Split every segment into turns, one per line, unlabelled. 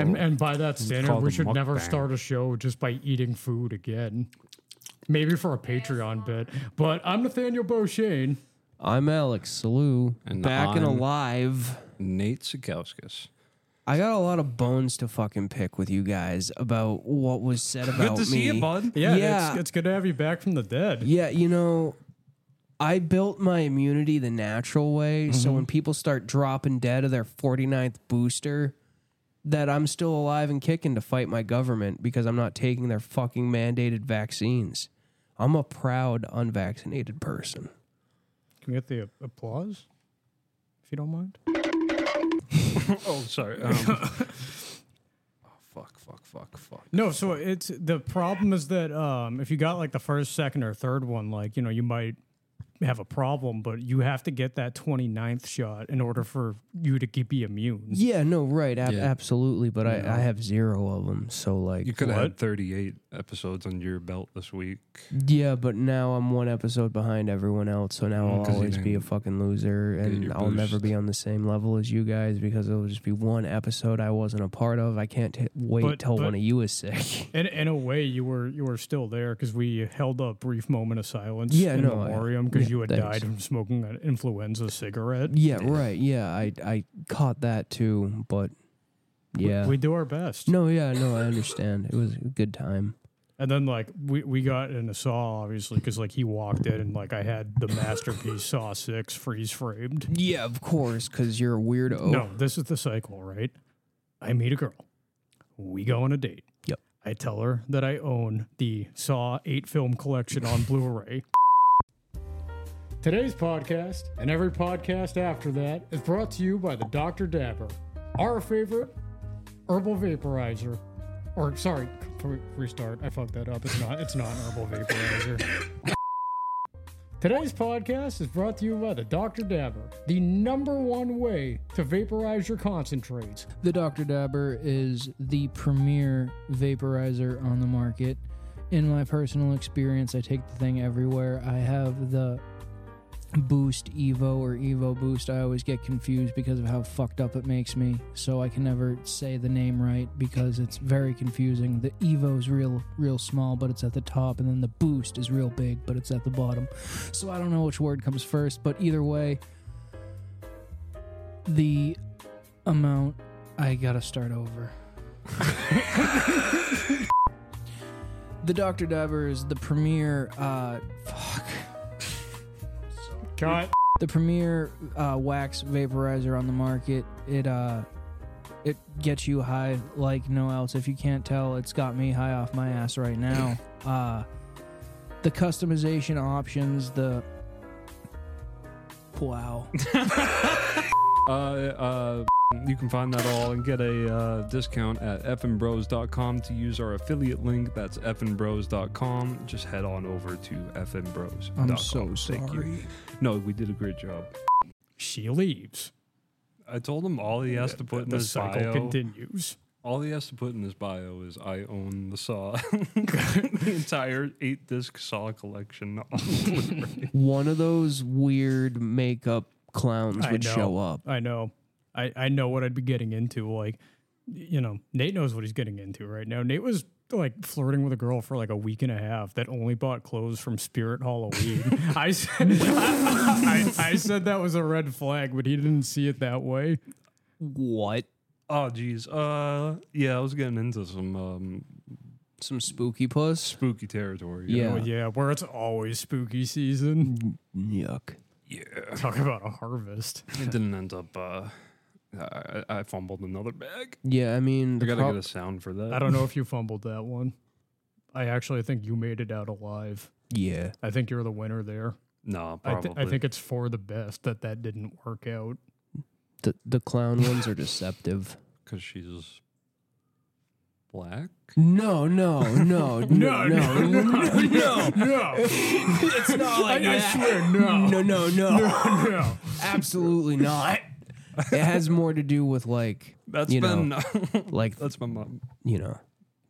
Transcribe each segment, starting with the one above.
And, and by that standard,
called
we
a
should never
mukbang.
start a show just by eating food again. Maybe for a Patreon bit. But I'm Nathaniel Beauchene.
I'm Alex Salu,
And
back and
I'm-
alive.
Nate Sikowskis.
I got a lot of bones to fucking pick with you guys about what was said about me.
to see you, bud.
Yeah,
yeah,
It's, it's good to have you back from the dead.
yeah. You know, I built my immunity the natural way,
Mm-hmm.
so when people start dropping dead of their 49th booster, that I'm still alive and kicking to fight my government because I'm not taking their fucking mandated vaccines. I'm a proud unvaccinated person.
Can we get the uh, applause? If you don't mind.
Oh, sorry. Um, oh, fuck, fuck, fuck, fuck.
No, so it's the problem is that um, if you got like the first, second, or third one, like, you know, you might have a problem, but you have to get that 29th shot in order for you to keep, be immune.
Yeah, no, right, ab-
Yeah.
absolutely. But I, I have zero of them, so like
You could have
What?
had 38 episodes under your belt this week.
Yeah, but now I'm one episode behind everyone else, so now I'll
'cause you
always be a
didn't
fucking loser, and
Oh, your
I'll never
boost.
be on the same level as you guys because it'll just be one episode I wasn't a part of. I can't t- wait
But-
till
but-
one of you is sick.
In, in a way, you were you were still there because we held a brief moment of silence
Yeah,
in
no, I-
memoriam because
yeah,
you had
thanks.
died from smoking an influenza cigarette.
yeah, right. Yeah, I I caught that too, but yeah,
We do our best.
no, yeah, no, I understand. it was a good time.
And then, like, we, we got in a saw, obviously, because, like, he walked in and, like, I had the masterpiece Saw 6 freeze framed.
Yeah, of course, because you're a weirdo.
No, this is the cycle, right? I meet a girl. We go on a date.
Yep.
I tell her that I own the Saw 8 film collection on Blu ray. Today's podcast and every podcast after that is brought to you by the Dr. Dabber, our favorite herbal vaporizer. Or, sorry, re- restart. I fucked that up. It's not, it's not an herbal vaporizer. Today's podcast is brought to you by the Dr. Dabber, the number one way to vaporize your concentrates.
The Dr. Dabber is the premier vaporizer on the market. In my personal experience, I take the thing everywhere. I have the Boost Evo or Evo Boost. I always get confused because of how fucked up it makes me. So I can never say the name right because it's very confusing. The Evo's real real small, but it's at the top, and then the Boost is real big, but it's at the bottom. So I don't know which word comes first, but either way, the amount I gotta start over. the Doctor Diver is the premier. Uh, fuck.
Cut.
The premier uh, wax vaporizer on the market. It uh, it gets you high like no else. If you can't tell, it's got me high off my ass right now. Uh, the customization options. The wow.
Uh, uh, you can find that all and get a uh, discount at fmbros.com to use our affiliate link. That's fmbros.com. Just head on over to fmbros.
I'm so
Thank you.
sorry.
No, we did a great job.
She leaves.
I told him all he has to put in
the
his
cycle
bio.
continues.
All he has to put in his bio is I own the saw, the entire eight disc saw collection.
One of those weird makeup clowns
I
would
know.
show up.
I know. I, I know what I'd be getting into. Like, you know, Nate knows what he's getting into right now. Nate was like flirting with a girl for like a week and a half that only bought clothes from Spirit Halloween. I, said, I, I, I said that was a red flag, but he didn't see it that way.
What?
oh, geez. Uh, yeah, I was getting into some um,
Some spooky puss?
spooky territory. Oh,
Yeah.
Well, yeah, where it's always spooky season.
Yuck.
Yeah.
Talk about a harvest.
It didn't end up. Uh, I, I fumbled another bag.
Yeah, I mean,
I
the
gotta
prob-
get a sound for that.
I don't know if you fumbled that one. I actually think you made it out alive.
yeah.
I think you're the winner there.
No,
I,
probably.
th- I think it's for the best that that didn't work out.
The the clown ones are deceptive.
because she's black.
No, no, no, no, no, no,
no, no.
It's not like
I
that.
swear, no.
No, no, no,
no.
absolutely not. It has more to do with like,
That's
You
been.
like
that's my mom.
you know,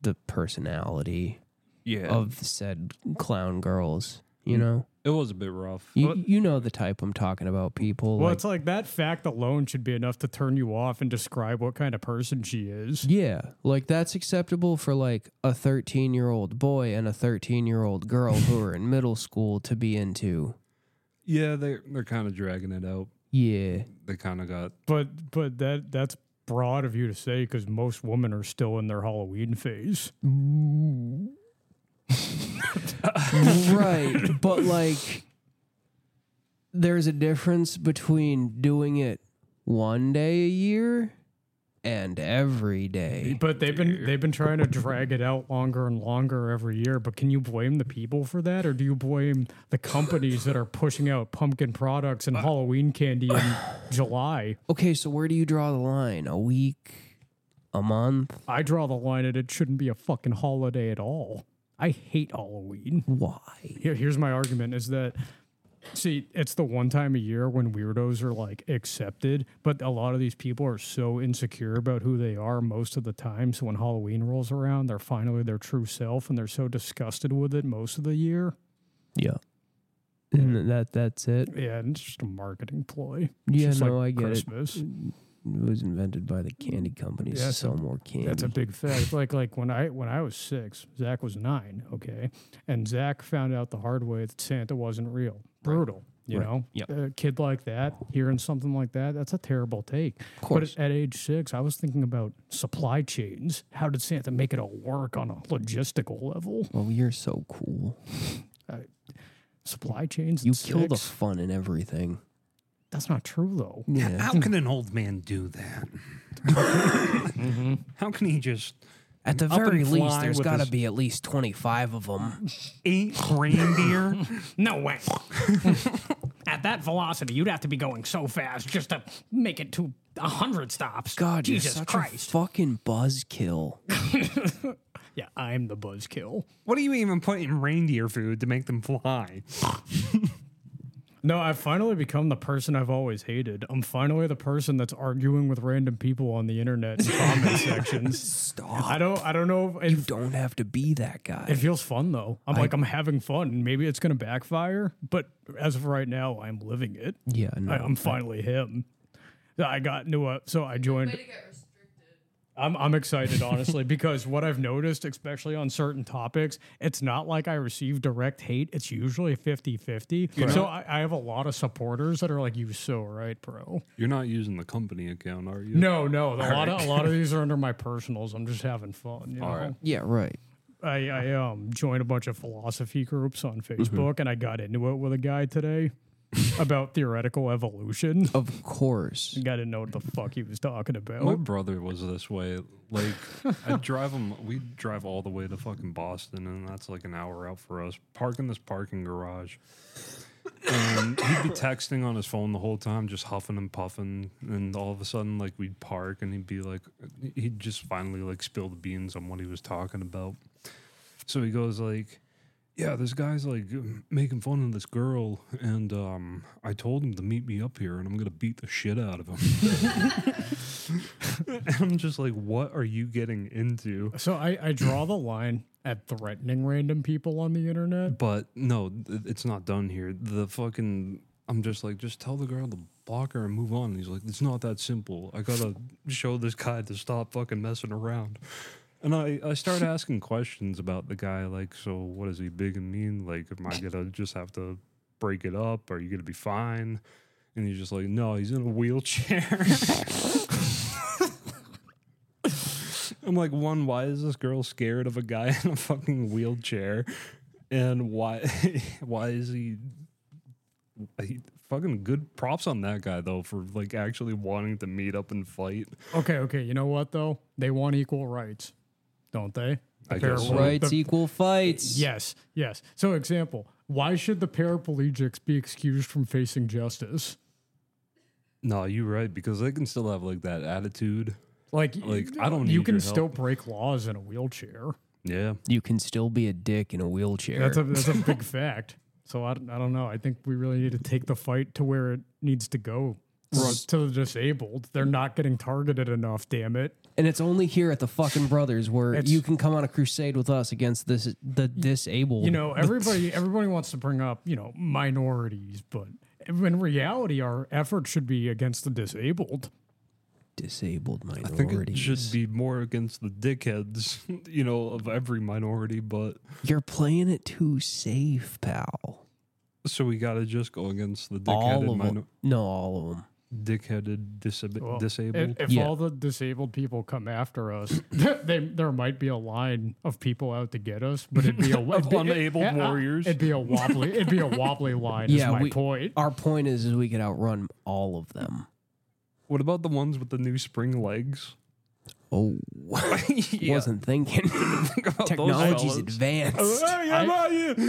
the personality
Yeah.
of said clown girls. You know,
It was a bit rough.
You,
Well-
you know the type I'm talking about, people.
Well,
like-
it's like that fact alone should be enough to turn you off and describe what kind of person she is.
yeah, like that's acceptable for like a 13 year old boy and a 13 year old girl who are in middle school to be into.
Yeah, they they're kind of dragging it out.
Yeah,
They kind of got
But but that that's broad of you to say because most women are still in their Halloween phase.
right. But like, there's a difference between doing it one day a year and every day.
But they've been they've been trying to drag it out longer and longer every year. But can you blame the people for that, or do you blame the companies that are pushing out pumpkin products and Halloween candy in July?
Okay, so where do you draw the line? A week? A month?
I draw the line at it shouldn't be a fucking holiday at all. I hate Halloween.
Why?
Here, here's my argument is that see, it's the one time a year when weirdos are like accepted, but a lot of these people are so insecure about who they are most of the time. So when Halloween rolls around, they're finally their true self and they're so disgusted with it most of the year.
Yeah. And that that's it.
Yeah, and it's just a marketing ploy. It's
Yeah,
just
no,
like
I get it.
Christmas.
It was invented by the candy companies
Yeah,
to
it's a-
sell more candy.
That's a big fact. Like like when I when I was six, Zach was nine. Okay, and Zach found out the hard way that Santa wasn't real. Brutal. You
Right.
know,
Yep.
a kid like that hearing something like that, that's a terrible take.
of course.
But at age six, I was thinking about supply chains. How did Santa make it all work on a logistical level?
well, you're so cool.
Supply chains. at
You kill the
six?
fun in everything.
that's not true though.
Yeah.
How can an old man do that? How can he just
At the
Up
very
and
least,
fly
there's
with
got to
his-
be at least 25 of them.
eat reindeer?
No way. At that velocity, you'd have to be going so fast just to make it to a hundred stops.
God, you're such a fucking buzzkill.
Yeah, I'm the buzzkill.
what do you even put in reindeer food to make them fly?
No, I've finally become the person I've always hated. I'm finally the person that's arguing with random people on the internet in comment sections.
Stop.
I don't I don't know if
You don't have to be that guy.
it feels fun though. I'm like I'm having fun. Maybe it's gonna backfire, but as of right now, I'm living it.
yeah, no.
I, I'm finally him. I got into a so I joined. I'm I'm excited honestly because what I've noticed, especially on certain topics, it's not like I receive direct hate. It's usually 50-50. So I, I have a lot of supporters that are like, "You so right, bro."
you're not using the company account, are you?
No, no, a lot of a lot of these are under my personals. I'm just having fun. You know?
yeah, right.
I, I um joined a bunch of philosophy groups on
Mm-hmm.
Facebook and I got into it with a guy today about theoretical evolution.
Of course.
I didn't know what the fuck he was talking about.
My brother was this way. Like, I drive him. We drive all the way to fucking Boston, and that's like an hour out for us. Park in this parking garage, and he'd be texting on his phone the whole time, just huffing and puffing. And all of a sudden, like we'd park, and he'd be like, he'd just finally like spill the beans on what he was talking about. So he goes like, "Yeah, this guy's like uh, making fun of this girl, and um, I told him to meet me up here, and I'm gonna beat the shit out of him." I'm just like, what are you getting into?
So I, I draw the line at threatening random people on the internet.
But no, th- it's not done here. The fucking, I'm just like, just tell the girl to block her and move on. And he's like, it's not that simple. I gotta show this guy to stop fucking messing around. And I, I start asking questions about the guy, like, so what is he big and mean? Like, am I gonna just have to break it up? Are you gonna be fine? And he's just like, no, he's in a wheelchair. I'm like, one, why is this girl scared of a guy in a fucking wheelchair? And why why is he, he fucking good props on that guy though for like actually wanting to meet up and fight.
Okay, okay. You know what though? They want equal rights, don't they? The
I guess so.
paraplegic-
Rights
the-
equal fights.
Yes, yes. So example, why should the paraplegics be excused from facing justice?
No, you're right, because they can still have like that attitude.
Like,
Like, I don't
You
need
can
your help.
still break laws in a wheelchair.
Yeah.
You can still be a dick in a wheelchair.
That's a that's a big fact. So I, don't- I don't know. I think we really need to take the fight to where it needs to go. to the disabled. They're not getting targeted enough. Damn it!
And it's only here at the fucking brothers where
It's-
you can come on a crusade with us against this the disabled.
You know, everybody everybody wants to bring up you know minorities, but in reality, our effort should be against the disabled.
disabled minorities.
I think it should be more against the dickheads, you know, of every minority, but
You're playing it too safe, pal.
so we gotta just go against the
All
dickheaded
of
minor-
them. No, all of them.
dickheaded disab-
Well,
disabled.
If, if
Yeah.
all the disabled people come after us, they, there might be a line of people out to get us, but it'd be a it'd be,
unable
it- uh,
warriors.
It'd be a wobbly. It'd be a wobbly line.
Yeah,
is my
we-
point.
Our point is, is we could outrun all of them.
what about the ones with the new spring legs?
Oh, wasn't thinking. Technology's
fellas.
advanced.
I- You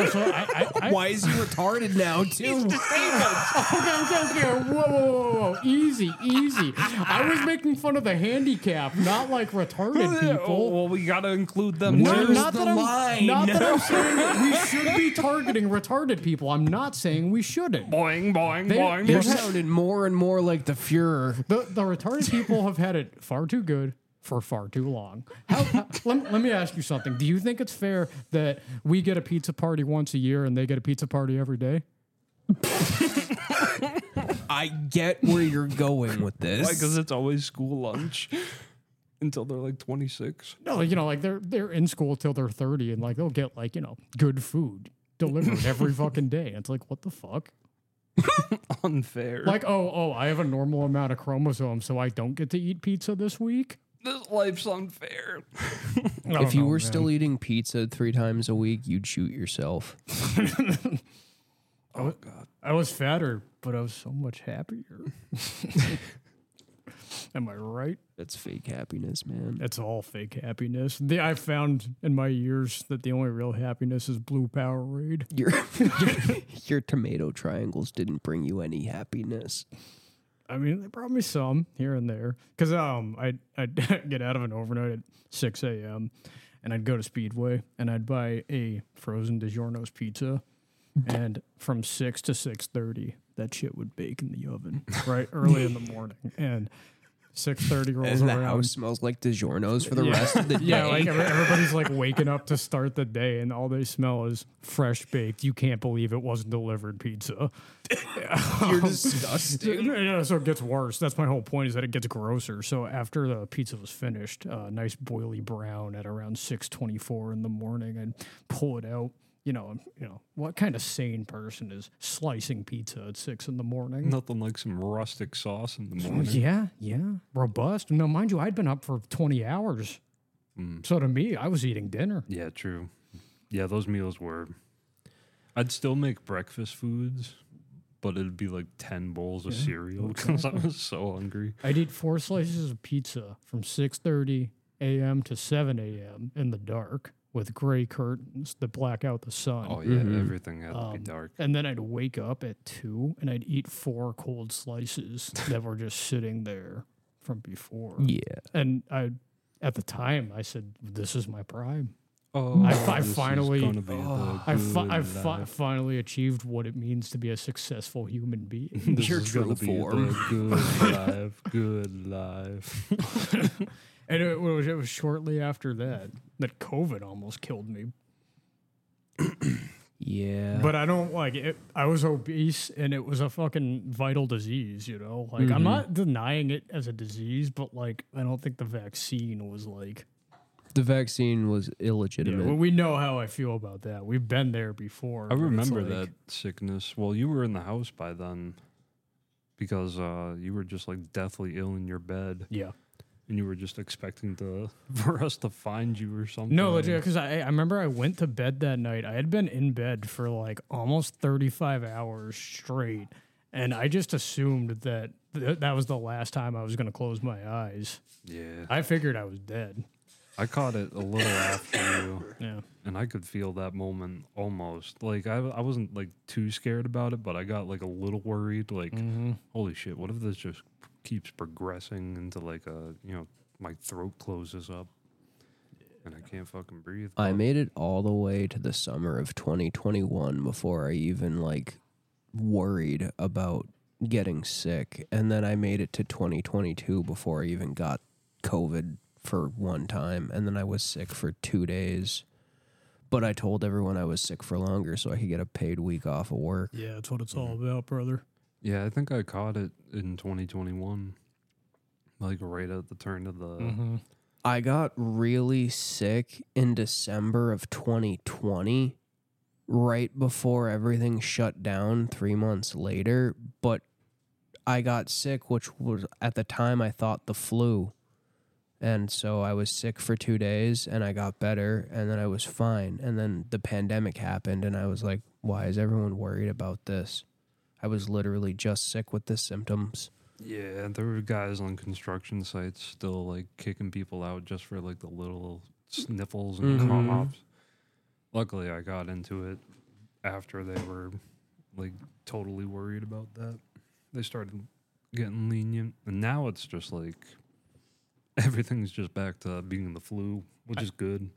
know, so I, I, I,
Why is he retarded now, too?
Okay, okay, okay. Whoa, whoa, whoa, whoa, whoa. Easy, easy. I was making fun of the handicap, not like retarded
Oh,
people.
well, we gotta include them.
Not-
too.
oh, Where's
not
the
that I'm-
line?
Not that I'm saying that we should be targeting retarded people. I'm not saying we shouldn't.
boing, boing,
They-
boing.
they're
You're
boing.
sounding more and more like the Fuhrer.
The, the retarded people have had it far too good for far too long. How, how- let, let me ask you something. Do you think it's fair that we get a pizza party once a year and they get a pizza party every day?
I get where you're going with this.
Why? Because it's always school lunch until they're like 26.
No, you know, like they're they're in school till they're thirty, and like they'll get like you know good food delivered every fucking day. And it's like, what the fuck?
Unfair.
Like, oh, oh, I have a normal amount of chromosomes, so I don't get to eat pizza this week.
this life's unfair.
if you were still eating pizza three times a week, you'd shoot yourself.
I was fatter, but I was so much happier. Am I right?
That's fake happiness, man.
It's all fake happiness. The, I found in my years that the only real happiness is blue Powerade.
Your, your tomato triangles didn't bring you any happiness.
I mean, they brought me some here and there because um, I I get out of an overnight at six a.m. and I'd go to Speedway and I'd buy a frozen DiGiorno's pizza, and from six to six thirty, that shit would bake in the oven right early in the morning, and six thirty rolls
And the
around.
house smells like DiGiorno's for the rest of the day.
Yeah, like every- everybody's like waking up to start the day, and all they smell is fresh baked. You can't believe it wasn't delivered pizza.
You're disgusting.
Yeah, so it gets worse. That's my whole point is that it gets grosser. So after the pizza was finished, uh, nice boily brown at around six twenty four in the morning, and pull it out. You know, and, you know what kind of sane person is slicing pizza at six in the morning?
Nothing like some rustic sauce in the morning.
Yeah, yeah, robust. Now, mind you, I'd been up for twenty hours, so to me, I was eating dinner.
Hmm. Yeah, true. Yeah, those meals were. I'd still make breakfast foods, but it'd be like 10 bowls of cereal because I was so hungry.
I'd eat four slices of pizza from 6:30 a.m. to 7 a.m. in the dark with gray curtains that black out the sun.
Oh, yeah, everything had to be dark.
And then I'd wake up at 2 and I'd eat four cold slices that were just sitting there from before.
Yeah.
And I at the time I said this is my prime.
Oh,
I fi-
this is
finally-
gonna be the
I, fi- I
good
fi-
life.
finally achieved what it means to be a successful human being.
This
your
is gonna
true
be the
form.
Good life, good life.
and it was, it was shortly after that that COVID almost killed me
Yeah.
But I don't like it. I was obese and it was a fucking vital disease, you know? Like,
Mm-hmm.
I'm not denying it as a disease, but like, I don't think the vaccine was like.
the vaccine was illegitimate.
well, we know how I feel about that. We've been there before.
I
but it's
remember
like-
that sickness. Well, you were in the house by then because uh, you were just like deathly ill in your bed
Yeah.
and you were just expecting to for us to find you or something.
No, legit. Because I, I remember I went to bed that night. I had been in bed for like almost 35 hours straight. And I just assumed that th- that was the last time I was going to close my eyes.
Yeah.
I figured I was dead.
I caught it a little after you
Yeah.
and I could feel that moment almost. Like I I wasn't like too scared about it, but I got like a little worried like holy shit, what if this just keeps progressing into like a, you know, my throat closes up and I can't fucking breathe.
I made it all the way to the summer of 2021 before I even like worried about getting sick, and then I made it to 2022 before I even got COVID for one time, and then I was sick for two days. But I told everyone I was sick for longer so I could get a paid week off of work.
Yeah, that's what it's all about, brother.
Yeah, I think I caught it in 2021, like right at the turn of the.
I got really sick in December of 2020, right before everything shut down three months later. But I got sick, which was at the time I thought the flu. And so I was sick for two days and I got better and then I was fine. And then the pandemic happened and I was like, why is everyone worried about this? I was literally just sick with the symptoms.
Yeah, there were guys on construction sites still like kicking people out just for like the little sniffles and
Mhm.
coughs. Luckily, I got into it after they were like totally worried about that. They started getting lenient, and now it's just like everything's just back to being the flu, which is good.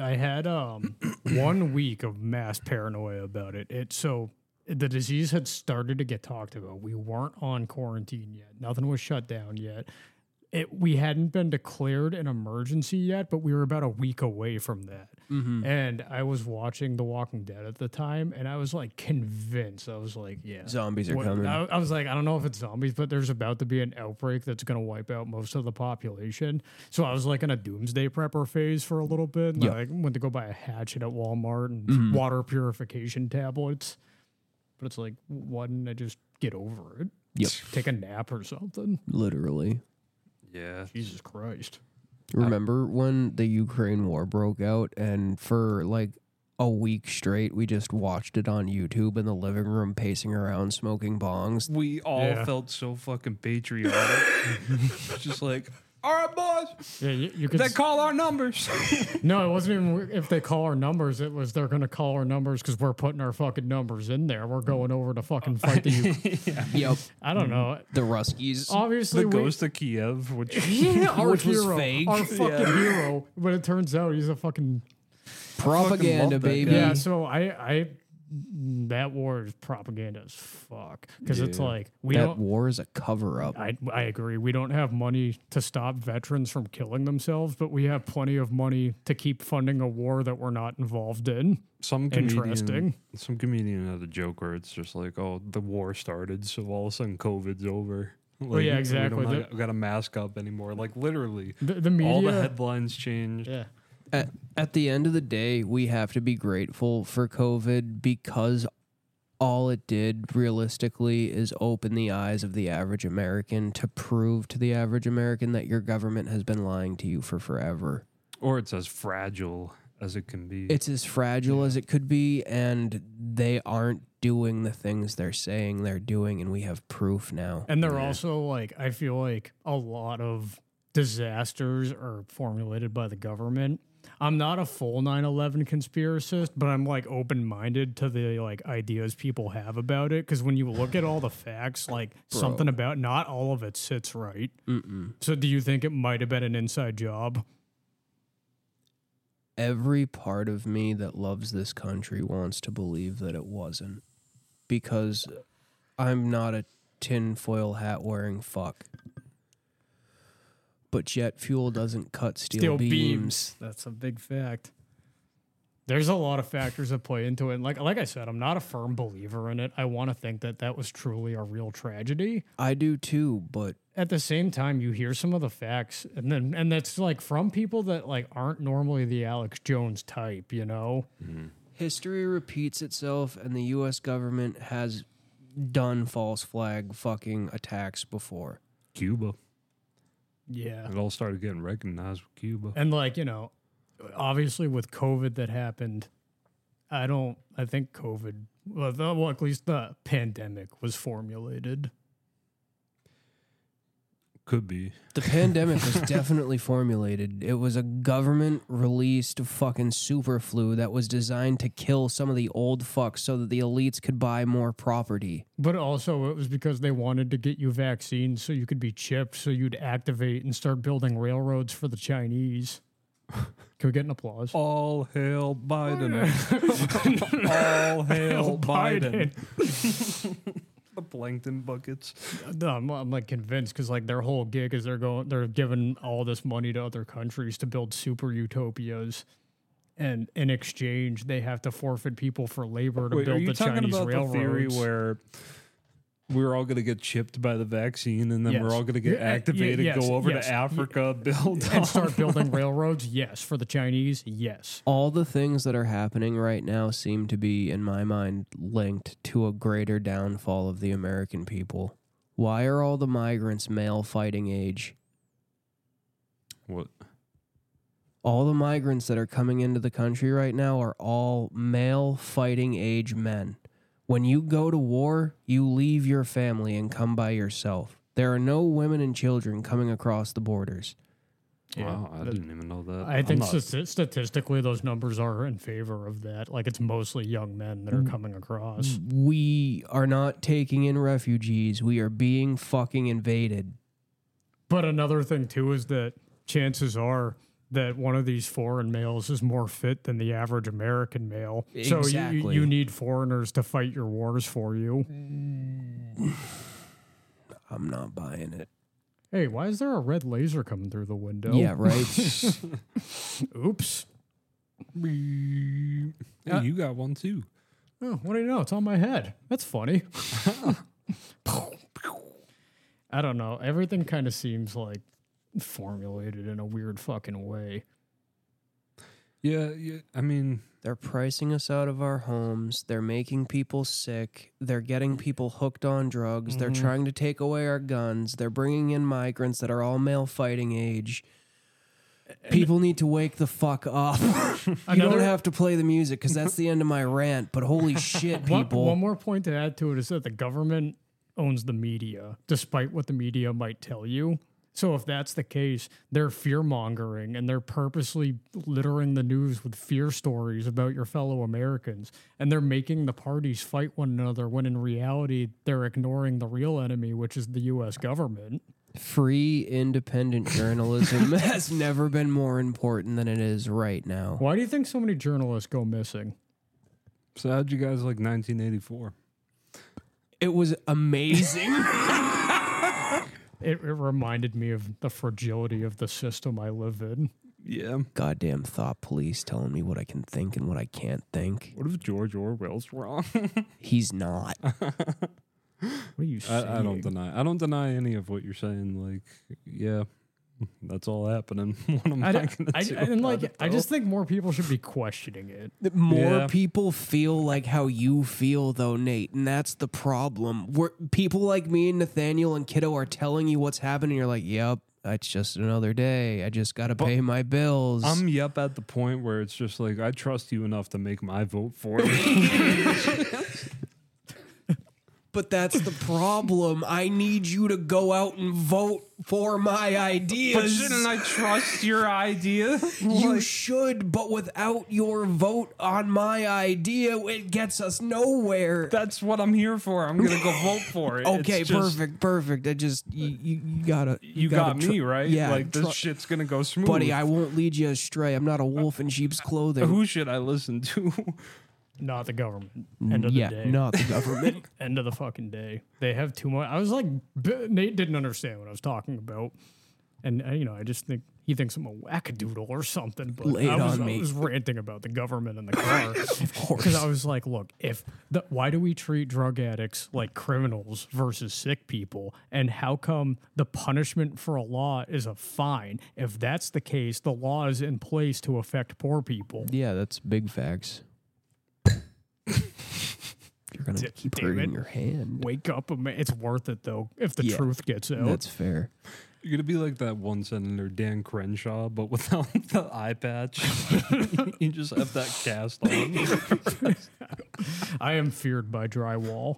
I had um one week of mass paranoia about it. It so the disease had started to get talked about. We weren't on quarantine yet. Nothing was shut down yet. It we hadn't been declared an emergency yet, but we were about a week away from that. And I was watching The Walking Dead at the time, and I was like convinced. I was like, yeah,
Zombies are
what-
coming.
I, I was like, I don't know if it's zombies, but there's about to be an outbreak that's going to wipe out most of the population. So I was like in a doomsday prepper phase for a little bit. And
Yeah.
I like, went to go buy a hatchet at Walmart and water purification tablets. But it's like, why didn't I just get over it?
Yep.
Take a nap or something.
Literally.
Yeah,
Jesus Christ.
Remember when the Ukraine war broke out and for like a week straight we just watched it on YouTube in the living room pacing around smoking bongs?
we all
Yeah.
felt so fucking patriotic. just like, all right, boys,
Yeah, you, you could.
they
s-
call our numbers.
no, it wasn't even if they call our numbers. It was they're going to call our numbers because we're putting our fucking numbers in there. We're going over to fucking fight the. Uk-
Yep.
I don't know.
The Ruskies.
Obviously,
the
we-
ghost of Kiev, which
Yeah, our
Which was
hero,
fake.
our fucking hero. But it turns out he's a fucking
Propaganda,
love that
baby.
yeah. so I, I, that war is propaganda as fuck because it's like we
That
don't.
war is a cover up.
I, I agree. We don't have money to stop veterans from killing themselves, but we have plenty of money to keep funding a war that we're not involved in.
some comedian,
Interesting.
some comedian had a joke where it's just like, oh, the war started, so all of a sudden COVID's over. Like,
yeah,
We
exactly.
don't
The-
have- got a mask up anymore. Like literally,
The, the
all the
media.
headlines changed.
yeah.
at, at the end of the day, we have to be grateful for COVID because all it did realistically is open the eyes of the average American to prove to the average American that your government has been lying to you for forever.
Or it's as fragile as it can be.
It's as fragile as it could be, and they aren't doing the things they're saying they're doing, and we have proof now.
And they're also like, I feel like a lot of disasters are formulated by the government. I'm not a full 9 11 conspiracist, but I'm like open minded to the like ideas people have about it. Cause when you look at all the facts, like something about not all of it sits right.
Mm-mm.
So do you think it might have been an inside job?
every part of me that loves this country wants to believe that it wasn't because I'm not a tinfoil hat wearing fuck. But jet fuel doesn't cut steel,
Steel
beams.
beams. That's a big fact. There's a lot of factors that play into it. And like, like I said, I'm not a firm believer in it. I want to think that that was truly a real tragedy.
I do too, but
at the same time you hear some of the facts and then and that's like from people that like aren't normally the Alex Jones type, you know?
history repeats itself and the US government has done false flag fucking attacks before.
Cuba.
Yeah.
It all started getting recognized with Cuba.
And like, you know, obviously with COVID that happened, I don't I think COVID well, the, well at least the pandemic was formulated.
Could be.
The pandemic was definitely formulated. It was a government released fucking super flu that was designed to kill some of the old fucks so that the elites could buy more property.
But also it was because they wanted to get you vaccines so you could be chipped so you'd activate and start building railroads for the Chinese. Can we get an applause?
All hail Biden. all hail Biden. The plankton buckets.
No, I'm, I'm like convinced because like their whole gig is they're going they're giving all this money to other countries to build super utopias, and in exchange they have to forfeit people for labor to
Wait, are
build
you
the
talking
Chinese
about
railroads.
the theory where we're all going to get chipped by the vaccine, and then
Yes.
we're all going to get
Yeah, uh, yeah,
activated,
yes,
go over
yes,
to
ye-
Africa, build
and start building railroads? Yes, for the Chinese. Yes,
All the things that are happening right now seem to be, in my mind, linked to a greater downfall of the American people. Why are all the migrants male fighting age?
What?
All the migrants that are coming into the country right now are all male fighting age men. When you go to war, you leave your family and come by yourself. There are no women and children coming across the borders.
Wow, I didn't even know that.
I
I'm
think
not-
stati- statistically those numbers are in favor of that. Like it's mostly young men that are
Mm.
coming across.
We are not taking in refugees. We are being fucking invaded.
But another thing too is that chances are that one of these foreign males is more fit than the average American male. So you- you,
Exactly.
you need foreigners to fight your wars for you.
I'm not buying it.
Hey, why is there a red laser coming through the window?
Yeah, right?
Oops. Uh,
Hey, you got one too.
Oh, what do you know? It's on my head. That's funny. I don't know. Everything kind of seems like formulated in a weird fucking way.
Yeah, yeah. I mean,
They're pricing us out of our homes. They're making people sick. They're getting people hooked on drugs. They're
Mm-hmm.
trying to take away our guns. They're bringing in migrants that are all male fighting age. People need to wake the fuck up. you don't
Another-
have to play the music because that's the end of my rant. But holy shit,
One-
people!
One, more point to add to it is that the government owns the media, despite what the media might tell you. So if that's the case, they're fear mongering and they're purposely littering the news with fear stories about your fellow Americans. And they're making the parties fight one another when in reality they're ignoring the real enemy, which is the US government.
Free independent journalism has never been more important than it is right now.
Why do you think so many journalists go missing?
so how'd you guys like 1984?
It was amazing.
It, it reminded me of the fragility of the system I live in.
Yeah.
Goddamn thought police telling me what I can think and what I can't think.
What if George Orwell's wrong?
He's not.
What are you saying?
I, I don't deny. I don't deny any of what you're saying. Like, yeah, that's all happening. what am I,
I,
going to
don't-
do?
I, I, and
about
like,
it,
I
though?
just think more people should be questioning it.
That More
Yeah.
people feel like how you feel, though, Nate, and that's the problem. We're, people like me and Nathaniel and Kiddo are telling you what's happening. You're like, "Yep, it's just another day. I just gotta pay my bills."
I'm yep at the point where it's just like I trust you enough to make my vote for you.
but that's the problem. I need you to go out and vote for my ideas.
I trust your idea?
You should, but without your vote on my idea, it gets us nowhere.
That's what I'm here for. I'm gonna go vote for it.
Okay, perfect, perfect. I just you, you, you gotta
You, got,
gotta tr-
me right.
Yeah,
like this
tr-
shit's gonna go smooth.
buddy. I won't lead you astray. I'm not a wolf in sheep's clothing.
Who should I listen to?
Not the government. End of
yeah,
the day.
not the government.
End of the fucking day. They have too much. I was like, B- Nate didn't understand what I was talking about, and uh, you know, I just think he thinks I'm a wackadoodle or something. But
Lay it
I was,
on
I
me.
was ranting about the government and the car because
course.
I was like, look, if the, why do we treat drug addicts like criminals versus sick people, and how come the punishment for a law is a fine? If that's the case, the law is in place to affect poor people.
yeah, that's big facts. You're gonna keep
damn
hurting
it.
your hand.
Wake up, ama- it's worth it though. If the
Yeah.
truth gets out,
That's fair.
You're gonna be like that one senator Dan Crenshaw, but without the eye patch. you just have that cast on.
I am feared by drywall.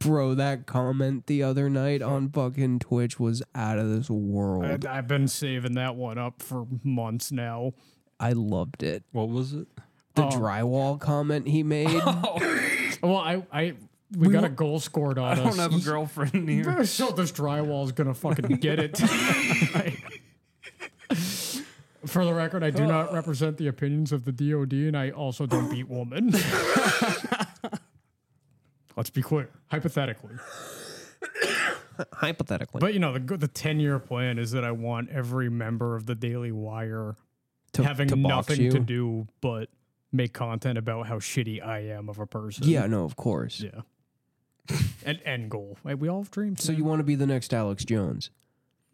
Bro, that comment the other night on fucking Twitch was out of this
I,
world.
I've been saving that one up for months now.
I loved it.
What was it?
The
Oh.
drywall comment he made.
Well, I, I we, got a goal scored on
I don't
us.
have a girlfriend here.
so this drywall's gonna fucking get it. For the record, I do
Oh.
not represent the opinions of the DOD, and I also don't beat women. Let's be clear, hypothetically.
Hypothetically,
But you know, the go- the ten year plan is that I want every member of the Daily Wire
to,
having
to box
nothing
you.
to do but make content about how shitty I am of a person.
Yeah, no, of course.
yeah. An end goal. Like, we all have dreams.
So you want to be the next Alex Jones?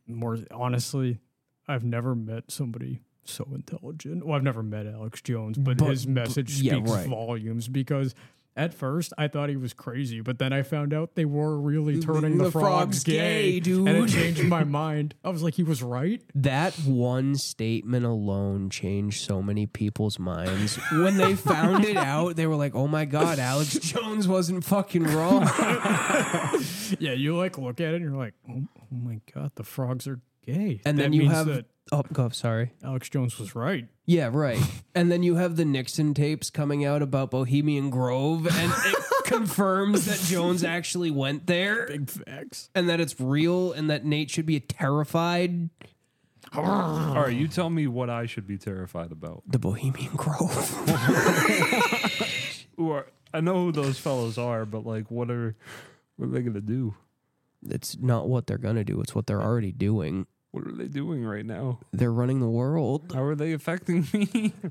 more honestly, I've never met somebody so intelligent. Well, I've never met Alex Jones, but,
But-
his message
yeah,
speaks
right.
volumes because at first I thought he was crazy, but then I found out they were really turning the,
the
frogs,
frogs
gay,
gay, dude.
and it changed my mind. I was like, he was right.
That one statement alone changed so many people's minds. When they found it out, they were like, "Oh my god, Alex Jones wasn't fucking wrong."
Yeah, you like look at it and you're like, oh, oh my god, the frogs are gay,
And
That
then you
means
have
that
oh, go sorry.
Alex Jones was right.
Yeah, right. and then you have the Nixon tapes coming out about Bohemian Grove, and it confirms that Jones actually went there.
Big facts.
and that it's real and that Nate should be terrified.
All right, you tell me what I should be terrified about.
The Bohemian Grove.
Or I know who those fellows are, but like, what are what are they gonna do?
That's not what they're going to do. It's what they're already doing.
What are they doing right now?
They're running the world.
How are they affecting me?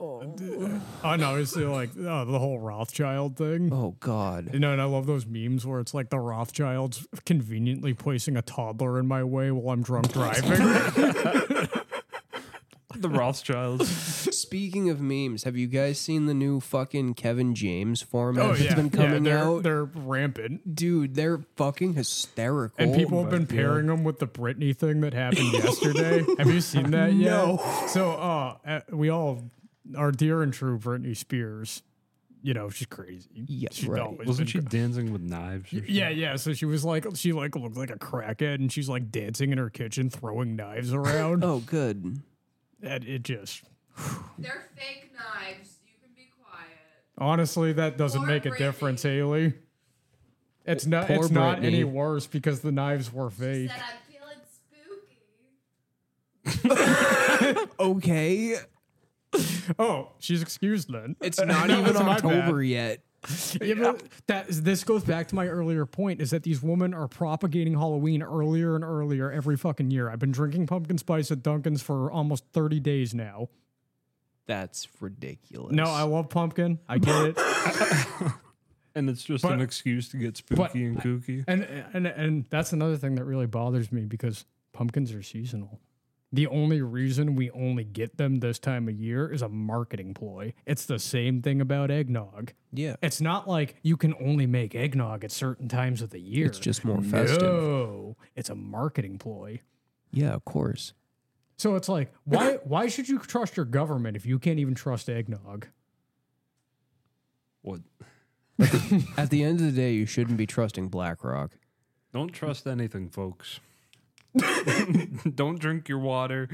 I know. It's like oh, the whole Rothschild thing.
Oh, God.
You know, and I love those memes where it's like the Rothschilds conveniently placing a toddler in my way while I'm drunk driving.
the Rothschilds.
Speaking of memes, have you guys seen the new fucking Kevin James format
oh
that's
yeah,
been coming
yeah, they're,
out?
They're rampant,
Dude, they're fucking hysterical.
and people have been pairing them with the Britney thing that happened yesterday. have you seen that yet? No. So, uh, uh, we all, our dear and true Britney Spears, you know, she's crazy.
Yeah,
she's
right.
always been
Wasn't she
cra-
dancing with knives? Or
Yeah, yeah. So she was like, she like looked like a crackhead, and she's like dancing in her kitchen, throwing knives around.
Oh, good.
and it just
They're fake knives. You can be quiet.
Honestly, that doesn't
Poor
make a
Britney.
difference, Haley. It's not.
Poor
It's not any
Britney.
worse because the knives were
Said
fake.
I'm feeling spooky.
Okay.
Oh, she's excused then.
It's not even
it's my
October yet.
Yeah, but that is- this goes back to my earlier point: is that these women are propagating Halloween earlier and earlier every fucking year. I've been drinking pumpkin spice at Dunkin's for almost thirty days now.
That's ridiculous.
No, I love pumpkin. I get it.
And it's just
But-
an excuse to get spooky
but-
and kooky.
And and and that's another thing that really bothers me because pumpkins are seasonal. The only reason we only get them this time of year is a marketing ploy. It's the same thing about eggnog.
Yeah.
It's not like you can only make eggnog at certain times of the year.
It's just more festive.
no, it's a marketing ploy.
Yeah, of course.
So it's like, why why should you trust your government if you can't even trust eggnog?
What?
At the end of the day, you shouldn't be trusting BlackRock.
Don't trust anything, folks. Don't drink your water.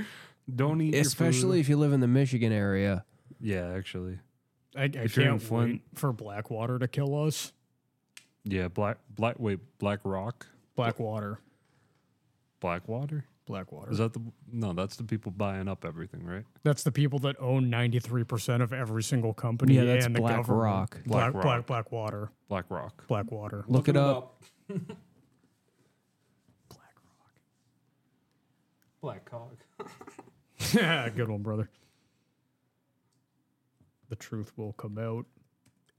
Don't eat, your food.
especially if you live in the Michigan area.
Yeah, actually,
I, I
If you're in
can't
Flint-
wait for Blackwater to kill us.
yeah. Black, black. Wait, Black Rock,
Blackwater,
Blackwater.
Blackwater.
Is that the? No, that's the people buying up everything, right?
That's the people that own 93% of every single company.
Yeah, that's
and the
Black
government.
Rock.
Black,
Black
Black,
Rock.
Black, Water.
Black Rock.
Black Water.
Look, it up.
Black Cock.
Yeah, Good one, brother. The truth will come out.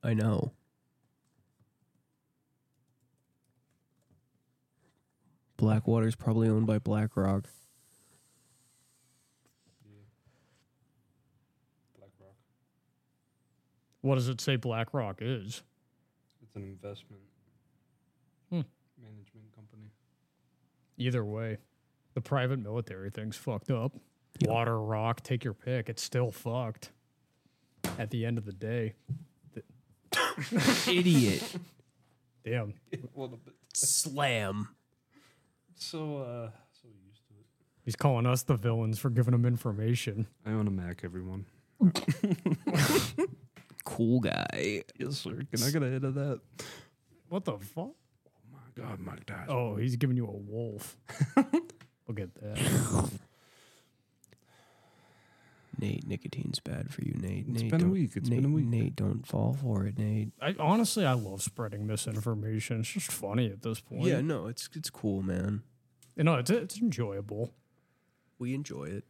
I know. Blackwater's probably owned by BlackRock.
Black Rock.
What does it say Black Rock is?
It's an investment
Hmm.
management company.
Either way, the private military thing's fucked up. Water, rock, take your pick. It's still fucked at the end of the day.
Idiot.
Damn.
A little bit.
Slam.
So, uh, so used to it.
He's calling us the villains for giving him information.
I own a Mac, everyone.
Cool guy.
Yes, sir. Can I get a hit of that?
What the fuck?
Oh my God, my God.
Oh, he's giving you a wolf. Look at that.
Nate, nicotine's bad for you, Nate.
It's
Nate,
been a
don't-
week. It's
Nate,
been a week.
Nate, don't fall for it, Nate.
I, honestly, I love spreading misinformation. It's just funny at this point.
Yeah, no, it's it's cool, man.
You know, it's, it's enjoyable.
We enjoy it.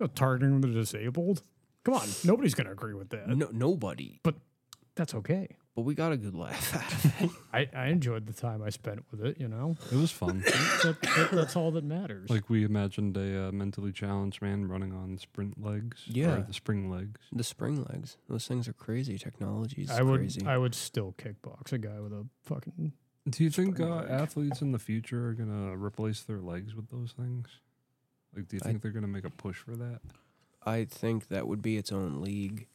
Uh, Targeting the disabled. Come on, nobody's going to agree with that.
No, nobody,
But that's okay.
but we got a good laugh out of it.
I, I enjoyed the time I spent with it, you know?
It was fun.
That- that- that's all that matters.
like we imagined a uh, mentally challenged man running on sprint legs.
Yeah.
Or the spring legs.
the spring legs, those things are crazy. Technology is
I would
crazy.
I would still kickbox a guy with a fucking
Do you think
Spring
uh,
leg.
athletes in the future are gonna replace their legs with those things? Like, do you
I-
think they're gonna make a push for that?
I think that would be its own league.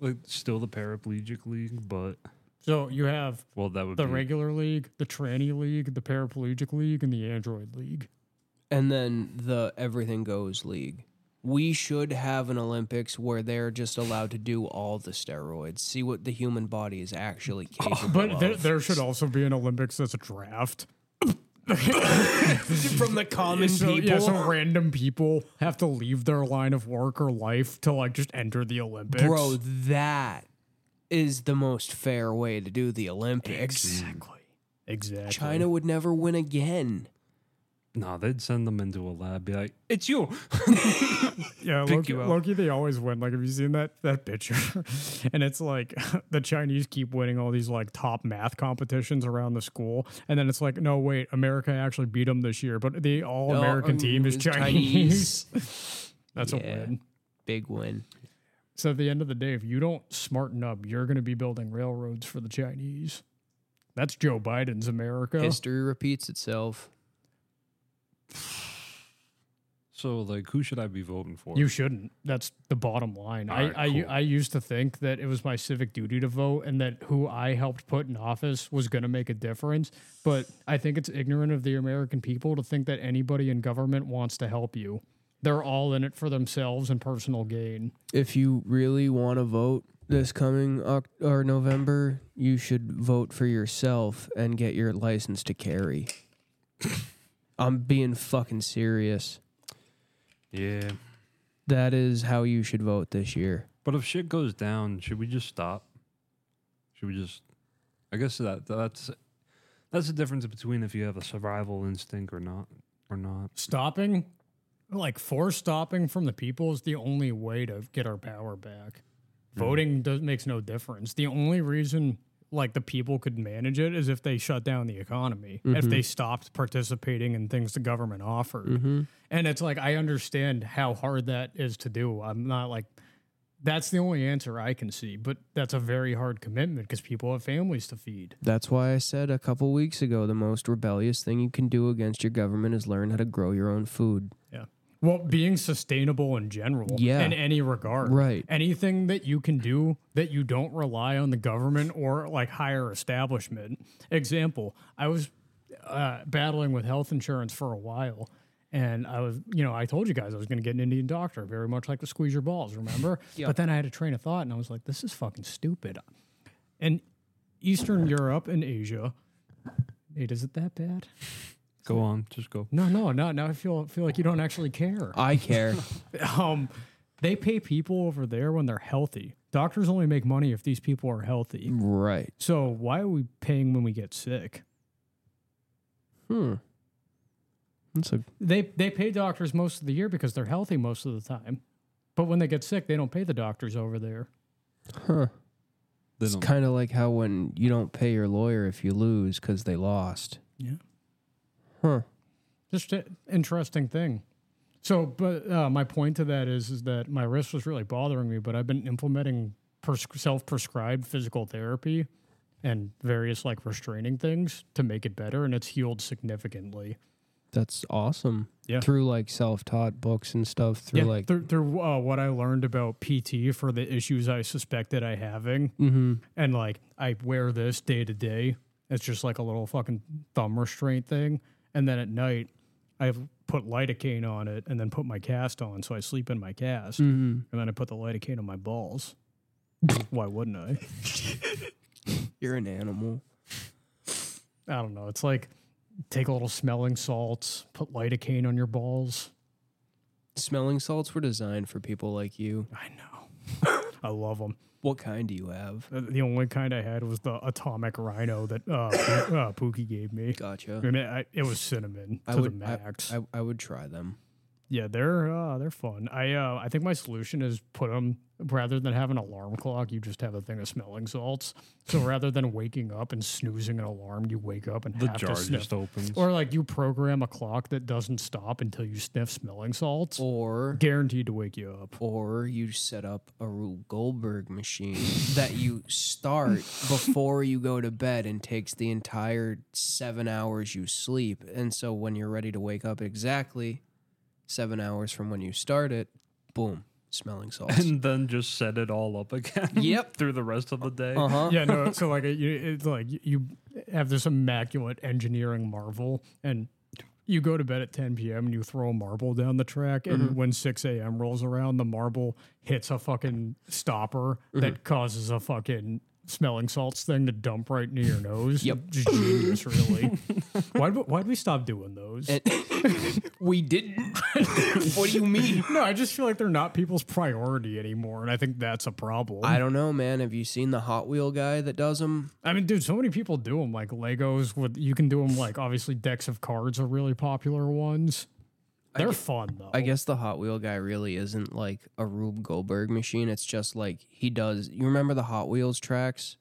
Like, still the paraplegic league, but
So you have
well, that would
the
be
regular league, the tranny league, the paraplegic league, and the android league.
and then the everything goes league. We should have an Olympics where they're just allowed to do all the steroids. See what the human body is actually capable
Oh, But
of.
there, there should also be an Olympics that's a draft.
from the common
So,
people.
yeah, so random people have to leave their line of work or life to like just enter the Olympics.
Bro, that is the most fair way to do the Olympics.
exactly, exactly.
China would never win again.
No, they'd send them into a lab. Be like, it's you.
yeah,
pick
Loki,
you up.
Loki. They always win. Like, have you seen that that picture? and it's like the Chinese keep winning all these like top math competitions around the school, and then it's like, no, wait, America actually beat them this year, but the all American
Um,
team is
it's
Chinese.
Chinese.
That's a
Yeah.
win.
Big win.
So at the end of the day, if you don't smarten up, you're going to be building railroads for the Chinese. That's Joe Biden's America.
History repeats itself.
So, like, who should I be voting for?
You shouldn't. That's the bottom line.
All right,
I,
cool.
I I used to think that it was my civic duty to vote and that who I helped put in office was going to make a difference. But I think it's ignorant of the American people to think that anybody in government wants to help you. They're all in it for themselves and personal gain.
if you really want to vote this coming Oc- or November, you should vote for yourself and get your license to carry. I'm being fucking serious.
yeah.
That is how you should vote this year.
But if shit goes down, should we just stop? Should we just? I guess that that's that's the difference between if you have a survival instinct or not, or not.
Stopping, like forced stopping from the people, is the only way to get our power back. Voting does, makes no difference. The only reason like the people could manage it is if they shut down the economy, if they stopped participating in things the government offered. And it's like I understand how hard that is to do. I'm not like that's the only answer I can see, but that's a very hard commitment because people have families to feed.
That's why I said a couple weeks ago the most rebellious thing you can do against your government is learn how to grow your own food.
Yeah. Well, being sustainable in general,
Yeah.
in any regard,
Right.
Anything that you can do that you don't rely on the government or like higher establishment. Example: I was uh, battling with health insurance for a while, and I was, you know, I told you guys I was going to get an Indian doctor, very much like the squeeze your balls, remember? But then I had a train of thought, and I was like, this is fucking stupid. And Eastern Europe and Asia, Nate, is it that bad?
Go on, just go.
No, no, no. Now I feel feel like you don't actually care
I care.
um, they pay people over there when they're healthy. Doctors only make money if these people are healthy.
right.
So why are we paying when we get sick?
Hmm. That's a
They they pay doctors most of the year because they're healthy most of the time. But when they get sick, they don't pay the doctors over there.
huh.
They
It's
don't-
kind of like how when you don't pay your lawyer if you lose because they lost.
Yeah.
Huh.
Just an interesting thing. So, but uh, my point to that is, is that my wrist was really bothering me, but I've been implementing pers- self-prescribed physical therapy and various like restraining things to make it better, and it's healed significantly.
That's awesome.
Yeah.
Through like self taught books and stuff, through like
through, through uh, what I learned about PT for the issues I suspected I having,
Mm-hmm.
and like I wear this day to day. It's just like a little fucking thumb restraint thing, and then at night I've put lidocaine on it, and then put my cast on, so I sleep in my
Hmm.
cast,
Mm-hmm.
and then I put the lidocaine on my balls. Why wouldn't I?
you're an animal.
I don't know. It's like take a little smelling salts, put lidocaine on your balls.
Smelling salts were designed for people like you.
I know. I love them.
What kind do you have?
Uh, The only kind I had was the atomic rhino that uh, Poo- uh, Pookie gave me. I
Gotcha.
mean, I, it was cinnamon to
I
the
would, I,
max.
I, I would try them.
yeah, they're uh, they're fun. I uh, I think my solution is put them rather than have an alarm clock, you just have a thing of smelling salts. So rather than waking up and snoozing an alarm, you wake up and
The
have
jar
to sniff.
just opens.
Or like you program a clock that doesn't stop until you sniff smelling salts.
Or
Guaranteed to wake you up.
or you set up a Rube Goldberg machine that you start before you go to bed and takes the entire seven hours you sleep. And so when you're ready to wake up exactly seven hours from when you start it, boom, smelling salts.
and then just set it all up again.
Yep.
through the rest of the day.
Uh huh.
yeah, no. So like, it, you- it's like you have this immaculate engineering marvel, and you go to bed at 10 p.m. and you throw a marble down the track, and when 6 a.m. rolls around, the marble hits a fucking stopper that causes a fucking smelling salts thing to dump right near your nose.
Yep.
Just genius, really. why why'd we stop doing those?
We didn't. what do you mean?
no, I just feel like they're not people's priority anymore, and I think that's a problem.
I don't know, man. Have you seen the Hot Wheel guy that does them?
I mean, dude, so many people do them. Like Legos, with you can do them. Like obviously, decks of cards are really popular ones. They're fun though.
I guess the Hot Wheel guy really isn't like a Rube Goldberg machine. It's just like he does. You remember the Hot Wheels tracks?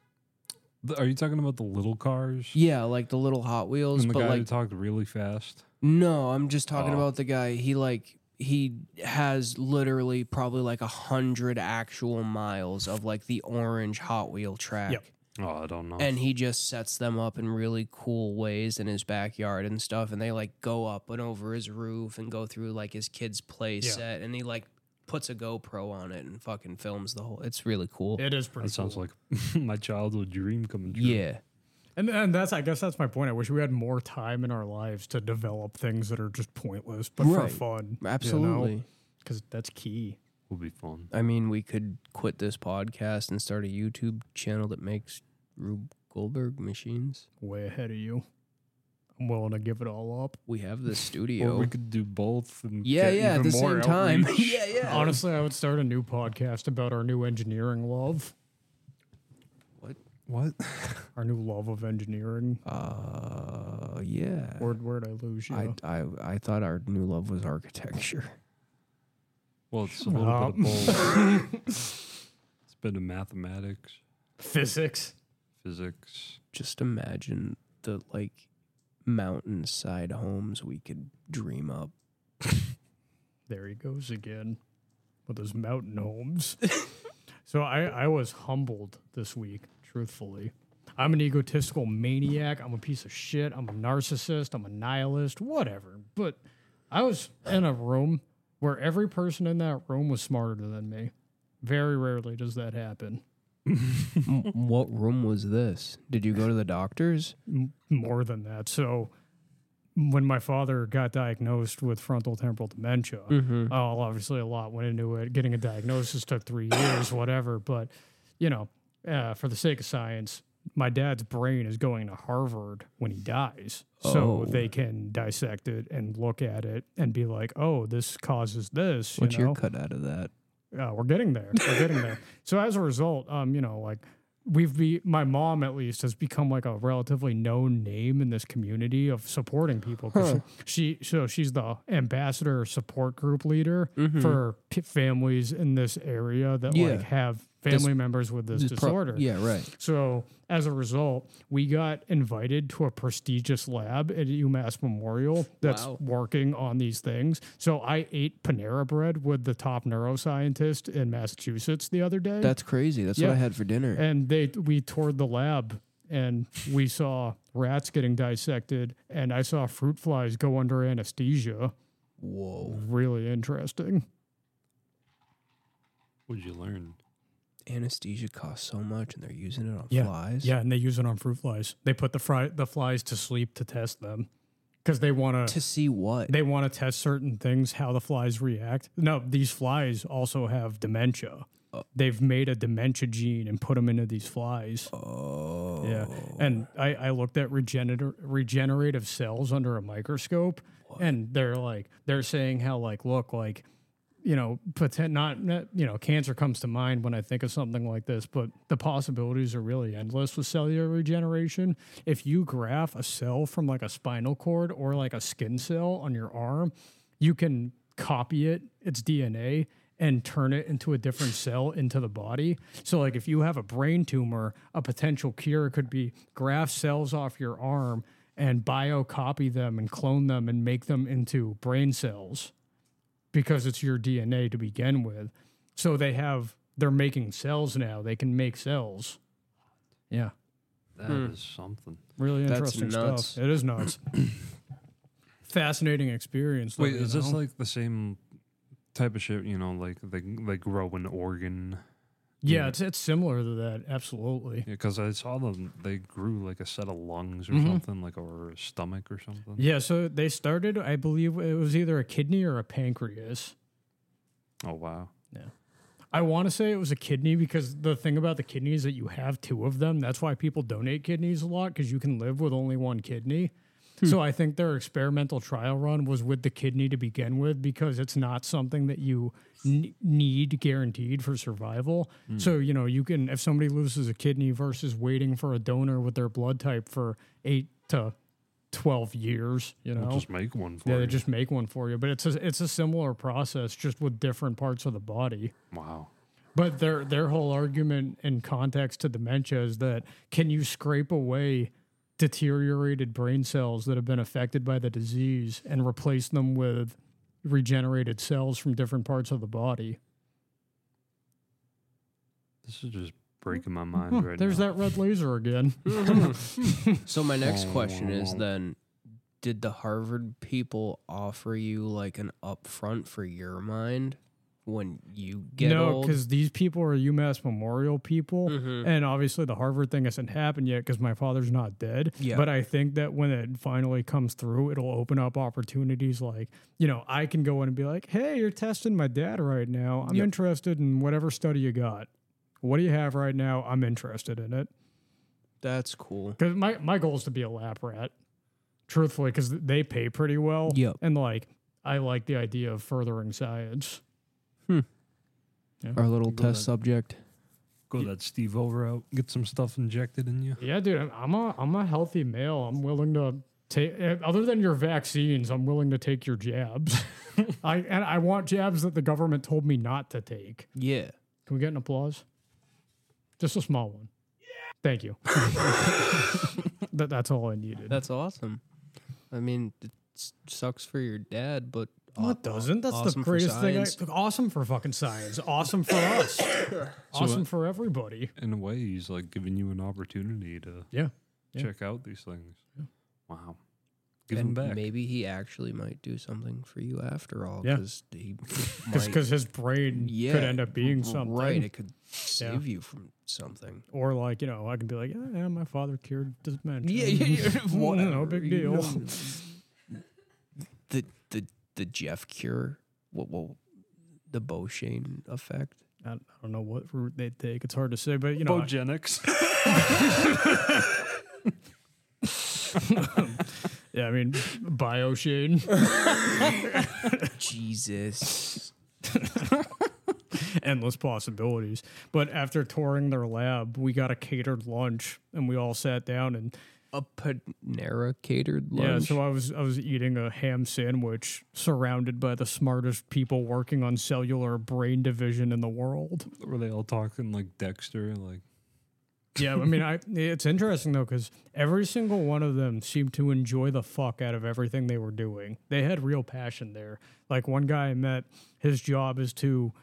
Th- Are you talking about the little cars?
Yeah, like the little Hot Wheels,
And the
but
guy who
like
talked really fast.
no, I'm just talking
Oh.
about the guy. He like he has literally probably like a hundred actual miles of like the orange Hot Wheel track.
Yep.
Oh, I don't know.
And he just sets them up in really cool ways in his backyard and stuff. And they like go up and over his roof and go through like his kid's play
Yeah.
set. And he like puts a GoPro on it and fucking films the whole. It's really cool.
it is pretty.
that sounds
cool.
like my childhood dream coming true.
yeah.
and and that's I guess that's my point. I wish we had more time in our lives to develop things that are just pointless, but
Right.
for fun,
Absolutely.
because that's key.
will be fun.
I mean, we could quit this podcast and start a YouTube channel that makes Rube Goldberg machines.
Way ahead of you. I'm willing to give it all up.
We have the
Or
studio.
we could do both. And
yeah,
get
yeah, at
even
the
more
same time.
outreach.
yeah, yeah.
Honestly, I would start a new podcast about our new engineering love,
What?
our new love of engineering.
Uh, yeah.
Word, word, I lose you.
I, I, I thought our new love was architecture.
Well, it's a little
up.
bit of both. it's been in mathematics,
Physics.
physics.
Just imagine the like mountainside homes we could dream up.
There he goes again with his mountain homes. so I, I was humbled this week, truthfully. I'm an egotistical maniac. I'm a piece of shit. I'm a narcissist. I'm a nihilist, whatever. But I was in a room where every person in that room was smarter than me. Very rarely does that happen.
M- what room was this? Did you go to the doctor's?
M- more than that. So when my father got diagnosed with frontal temporal dementia,
Mm-hmm.
Oh, obviously a lot went into it. Getting a diagnosis took three years, whatever. But you know, uh, for the sake of science, my dad's brain is going to Harvard when he dies,
Oh.
so they can dissect it and look at it and be like, "Oh, this causes this." You
What's
know?
your cut out of that?
uh, we're getting there. We're getting there. So as a result, um, you know, like we've be my mom at least has become like a relatively known name in this community of supporting people. 'cause She so she's the ambassador support group leader for p- families in this area that
Yeah.
like have family members with this,
Pro-
disorder.
yeah, right.
So as a result, we got invited to a prestigious lab at UMass Memorial that's
Wow.
working on these things. So I ate Panera bread with the top neuroscientist in Massachusetts the other day.
That's crazy. That's what I
Yeah.
had for dinner.
and they we toured the lab and we saw rats getting dissected and I saw fruit flies go under anesthesia.
Whoa.
Really interesting.
What'd you learn?
Anesthesia costs so much and they're using it on
Yeah,
flies.
Yeah, and they use it on fruit flies. They put the fry the flies to sleep to test them because they want
To see what?
they want to test certain things how the flies react no these flies also have dementia they've made a dementia gene and put them into these flies
oh.
yeah and I, I looked at regenerative regenerative cells under a microscope and they're like they're saying how like look like you know, potent, not, not, you know, cancer comes to mind when I think of something like this, but the possibilities are really endless with cellular regeneration. If you graph a cell from like a spinal cord or like a skin cell on your arm, you can copy it, its DNA, and turn it into a different cell into the body. So, like, if you have a brain tumor, a potential cure could be graft cells off your arm and biocopy them and clone them and make them into brain cells because it's your DNA to begin with. So they have they're making cells now. They can make cells. Yeah,
That is
Hmm.
something.
really
That's
interesting
nuts.
stuff. It is nuts. Fascinating experience. Though,
Wait,
you
is this
know?
like the same type of shit? You know, like they they grow an organ.
yeah? It's it's similar to that. Absolutely.
Because I saw them, they grew like a set of lungs or
Mm-hmm.
something, like or a stomach or something.
Yeah. So they started. I believe it was either a kidney or a pancreas.
Oh wow.
I want to say it was a kidney because the thing about the kidney is that you have two of them. That's why people donate kidneys a lot because you can live with only one kidney. So I think their experimental trial run was with the kidney to begin with because it's not something that you n- need guaranteed for survival. So you know you can if somebody loses a kidney versus waiting for a donor with their blood type for eight to twelve years, you know,
We'll just make one for
yeah,
you.
they just make one for you. But it's a it's a similar process just with different parts of the body.
wow.
But their their whole argument in context to dementia is that can you scrape away deteriorated brain cells that have been affected by the disease and replace them with regenerated cells from different parts of the body?
This is just breaking my mind right
There's
now.
that red laser again.
So my next question is then did the Harvard people offer you like an upfront for your mind when you get
no,
old? Mm-hmm.
because these people are UMass Memorial people, and obviously the Harvard thing hasn't happened yet because my father's not dead.
Yeah.
But I think that when it finally comes through, it'll open up opportunities. Like you know, I can go in and be like, "Hey, you're testing my dad right now. I'm
Yep.
interested in whatever study you got. What do you have right now? I'm interested in it."
That's cool.
Because my, my goal is to be a lap rat, truthfully, because they pay pretty well.
Yep.
And like, I like the idea of furthering science.
Our little
test
subject.
Go that Steve O route. Get some stuff injected in you.
Yeah, dude, I'm- I'm a I'm a healthy male. I'm willing to take eh, other than your vaccines. I'm willing to take your jabs. I and I want jabs that the government told me not to take.
Yeah.
Can we get an applause? Just a small one. Thank you. that, that's all I needed.
That's awesome. I mean, it s- sucks for your dad, but
No, it doesn't. That's
awesome
the
for
greatest thing. I,
science.
awesome for fucking science. Awesome for us. awesome for everybody.
In a way, he's like giving you an opportunity to
Yeah. Yeah.
check out these things. Wow. Give them
and
back.
Maybe he actually might do something for you after all.
Yeah.
Because he might-
Because his brain
yeah,
could end up being something.
Right. It could save you from something.
Or like, you know, I can be like, yeah, yeah, my father cured dementia.
Yeah, yeah, yeah.
Whatever, no big
you
deal.
know. the the the Jeff cure. What what the Beauchene effect?
I I don't know what route they'd take. It's hard to say, but you know, I-
Bogenics.
yeah, I mean, Bioshane,
Jesus.
endless possibilities. But after touring their lab, we got a catered lunch and we all sat down and
A Panera catered lunch.
yeah. So I was I was eating a ham sandwich surrounded by the smartest people working on cellular brain division in the world.
Were they all talking like Dexter? Like,
Yeah, I mean, I it's interesting though because every single one of them seemed to enjoy the fuck out of everything they were doing. They had real passion there. Like one guy I met, his job is to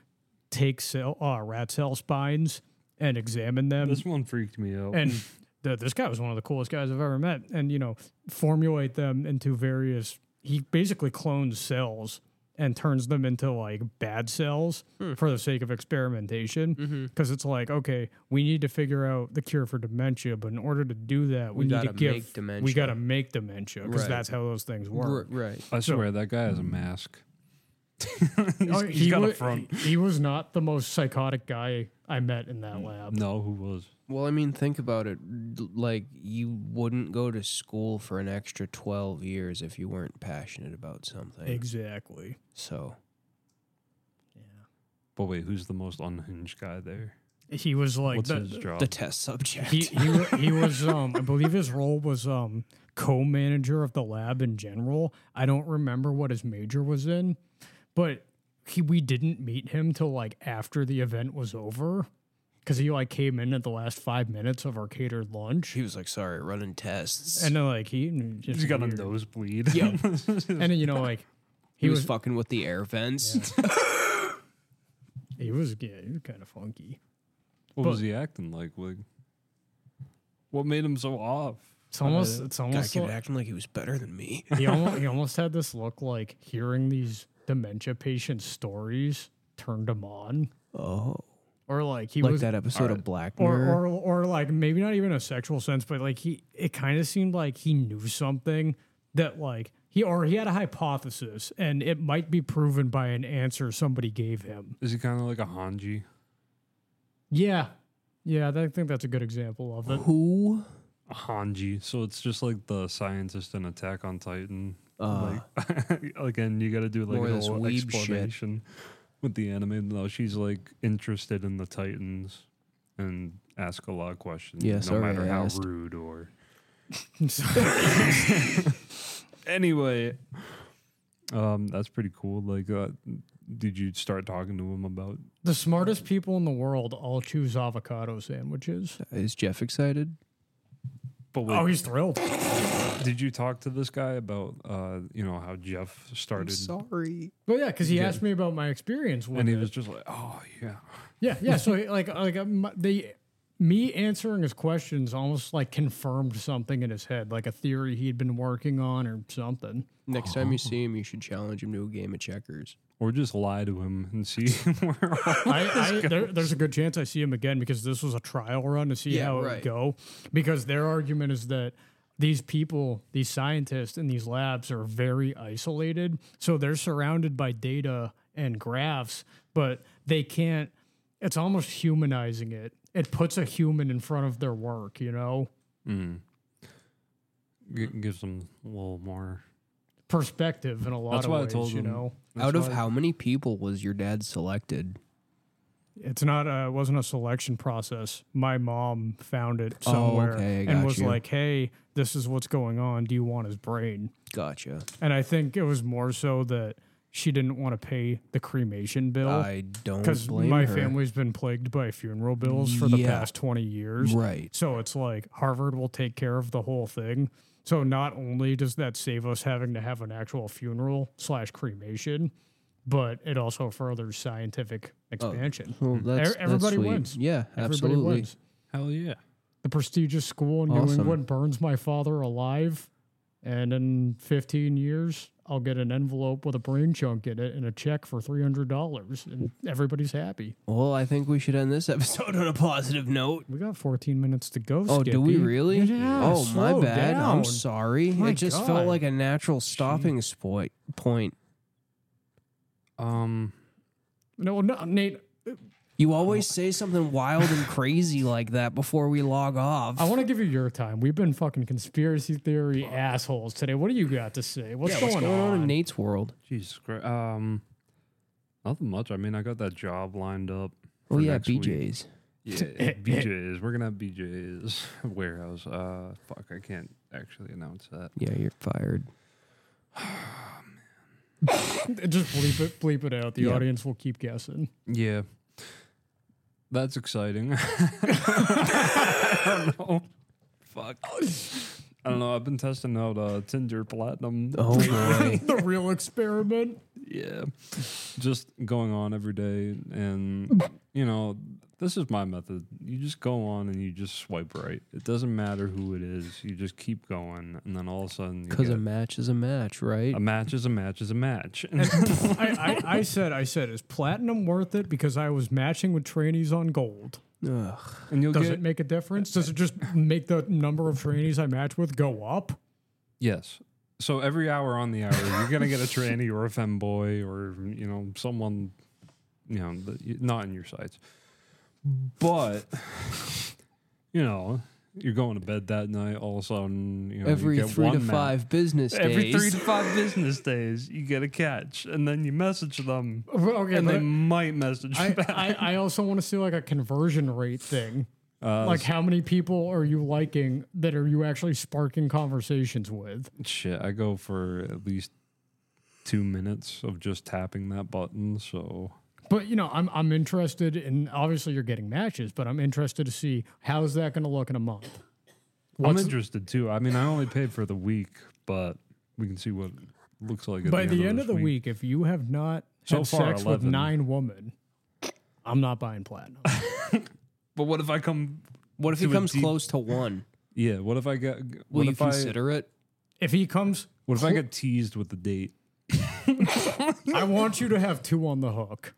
take cell uh, rat cell spines and examine them
this one freaked me out.
and th- this guy was one of the coolest guys I've ever met. And you know, formulate them into various. He basically clones cells and turns them into like bad cells
Hmm.
for the sake of experimentation.
Mm-hmm.
Because it's like, okay, we need to figure out the cure for dementia, but in order to do that, we,
We
need to
gotta
give
make
we
dementia.
got to make dementia because
Right.
that's how those things work.
R- right.
I swear that guy has a mask.
Oh, he
got a
wa-
front.
He was not the most psychotic guy I met in
Mm.
that lab.
No, who was?
Well, I mean, think about it. L- Like you wouldn't go to school for an extra twelve years if you weren't passionate about something.
Exactly.
So
But wait, who's the most unhinged guy there?
He was like
What's
the-
his job?
The test subject.
he he, wa- he was um I believe his role was um co-manager of the lab in general. I don't remember what his major was in, but he we didn't meet him till like after the event was over cuz he like came in at the last 5 minutes of our catered lunch.
He was like, sorry, running tests.
And then like he just
He's got a
weird.
nosebleed.
Yeah.
And then you know like he
he, was,
was
fucking with the air vents.
he was yeah, he was kind of funky.
what was
but-
he acting like? Like, what made him so off?
It's almost it's
Guy
almost
kept
like-
acting like he was better than me.
he almost, he almost had this look like hearing these dementia patient stories turned him on.
Oh,
or like he
like
was
that episode of Black
or,
Mirror.
or or like maybe not even a sexual sense but like he it kind of seemed like he knew something that like he or he had a hypothesis and it might be proven by an answer somebody gave him
Is he kind of like a Hanji?
yeah yeah i think that's a good example of it
Who?
A Hanji. So it's just like the scientist in Attack on Titan.
Uh,
like, again, you got to do like
more of
a
this
whole
weeb shit.
explanation with the anime. No, she's like interested in the Titans and ask a lot of questions.
Yeah,
no
sorry
matter
I
how
asked.
rude or
So-
anyway. Um, that's pretty cool. Like, uh, did you start talking to him about?
the smartest people in the world all choose avocado sandwiches
is Jeff excited?
But wait,
oh he's thrilled
did you talk to this guy about, uh, you know, how Jeff started?
sorry.
well yeah because he
Yeah.
asked me about my experience with
and he
it.
was just like, oh yeah,
Yeah, yeah. So like, like um, the me answering his questions almost like confirmed something in his head, like a theory he'd been working on or something.
Next time you see him, you should challenge him to a game of checkers.
or just lie to him and see where.
Oh,
I, I there, there's a good chance I see him again because this was a trial run to see
Yeah,
how it
right.
would go. Because their argument is that these people, these scientists in these labs, are very isolated, so they're surrounded by data and graphs, but they can't. It's almost humanizing it. It puts a human in front of their work, you know.
Mm. G- gives them a little more.
perspective in a lot
That's
of
why I
ways.
told
you
them.
know,
Out
That's
of
why-
how many people was your dad selected?
it's not a it wasn't a selection process. My mom found it somewhere
Oh, okay, I got
and was
you.
like, "Hey, this is what's going on. Do you want his brain?"
Gotcha.
And I think it was more so that she didn't want to pay the cremation bill
I don't
because
blame
my
her.
family's been plagued by funeral bills for the
Yeah.
past twenty years.
Right.
So it's like Harvard will take care of the whole thing. So not only does that save us having to have an actual funeral slash cremation, but it also furthers scientific
Oh,
expansion.
Well, that's, that's
Mm-hmm. everybody
sweet.
wins.
Yeah,
Everybody
absolutely.
wins.
Hell yeah!
The prestigious school in New
Awesome.
England burns my father alive, and in 15 years, I'll get an envelope with a brain chunk in it and a check for $300, and everybody's happy.
Well, I think we should end this episode on a positive note.
We got 14 minutes to go.
Oh, do we
Skippy.
really?
Yeah,
oh, my
slow
bad. I'm
down.
sorry.
My
it just
God.
felt like a natural stopping spoi- point.
Um,
No, no, Nate.
You always say something wild and crazy like that before we log off.
I want to give you your time. We've been fucking conspiracy theory assholes today. What do you got to say? What's,
yeah,
going,
what's going on?
on?
in Nate's world?
Jesus Christ. Um, nothing much. I mean, I got that job lined up.
Oh
for
yeah,
next week.
BJ's.
Yeah, BJ's. We're gonna have BJ's warehouse. Uh, fuck, I can't actually announce that.
Yeah, you're fired.
Just bleep it, bleep it out. The
Yeah.
audience will keep guessing.
Yeah, that's exciting. I don't know. Fuck. I don't know. I've been testing out uh, Tinder Platinum.
Oh boy.
the real experiment.
yeah just going on every day and you know this is my method you just go on and you just swipe right it doesn't matter who it is you just keep going and then all of a sudden you
Because
get
a match is a match, right?
a match is a match is a match and
I, I, I said, I said, is platinum worth it? Because I was matching with trainees on gold.
Ugh.
and you'll
Does
get
it make a difference? Does it just make the number of trainees I match with go up?
yes so every hour on the hour you're gonna get a tranny or a femboy or you know someone you know that you- not in your sights but you know You're going to bed that night. All of a sudden, you know, you
Every
get
three to
one map.
five business days.
Every three to five business days, you get a catch, and then you message them,
Okay,
and they
but
might message
I,
back.
I, I also want to see like a conversion rate thing. like how many people are you liking that are you actually sparking conversations with?
Shit, I go for at least two minutes of just tapping that button. So
But you know, I'm I'm interested in obviously you're getting matches, but I'm interested to see how's that going to look in a month.
I'm interested too. I mean, I only paid for the week, but we can see what it looks like at
By the end
this
of the week, if you have not
So
had
far,
sex with
11.
nine women, I'm not buying platinum.
But what if I come?
What if he
To a
comes
deep-
close to one?
Yeah. What if I get? What
Will you
if I?
consider it?
if he comes,
What if I get teased with the date?
I want you to have two on the hook.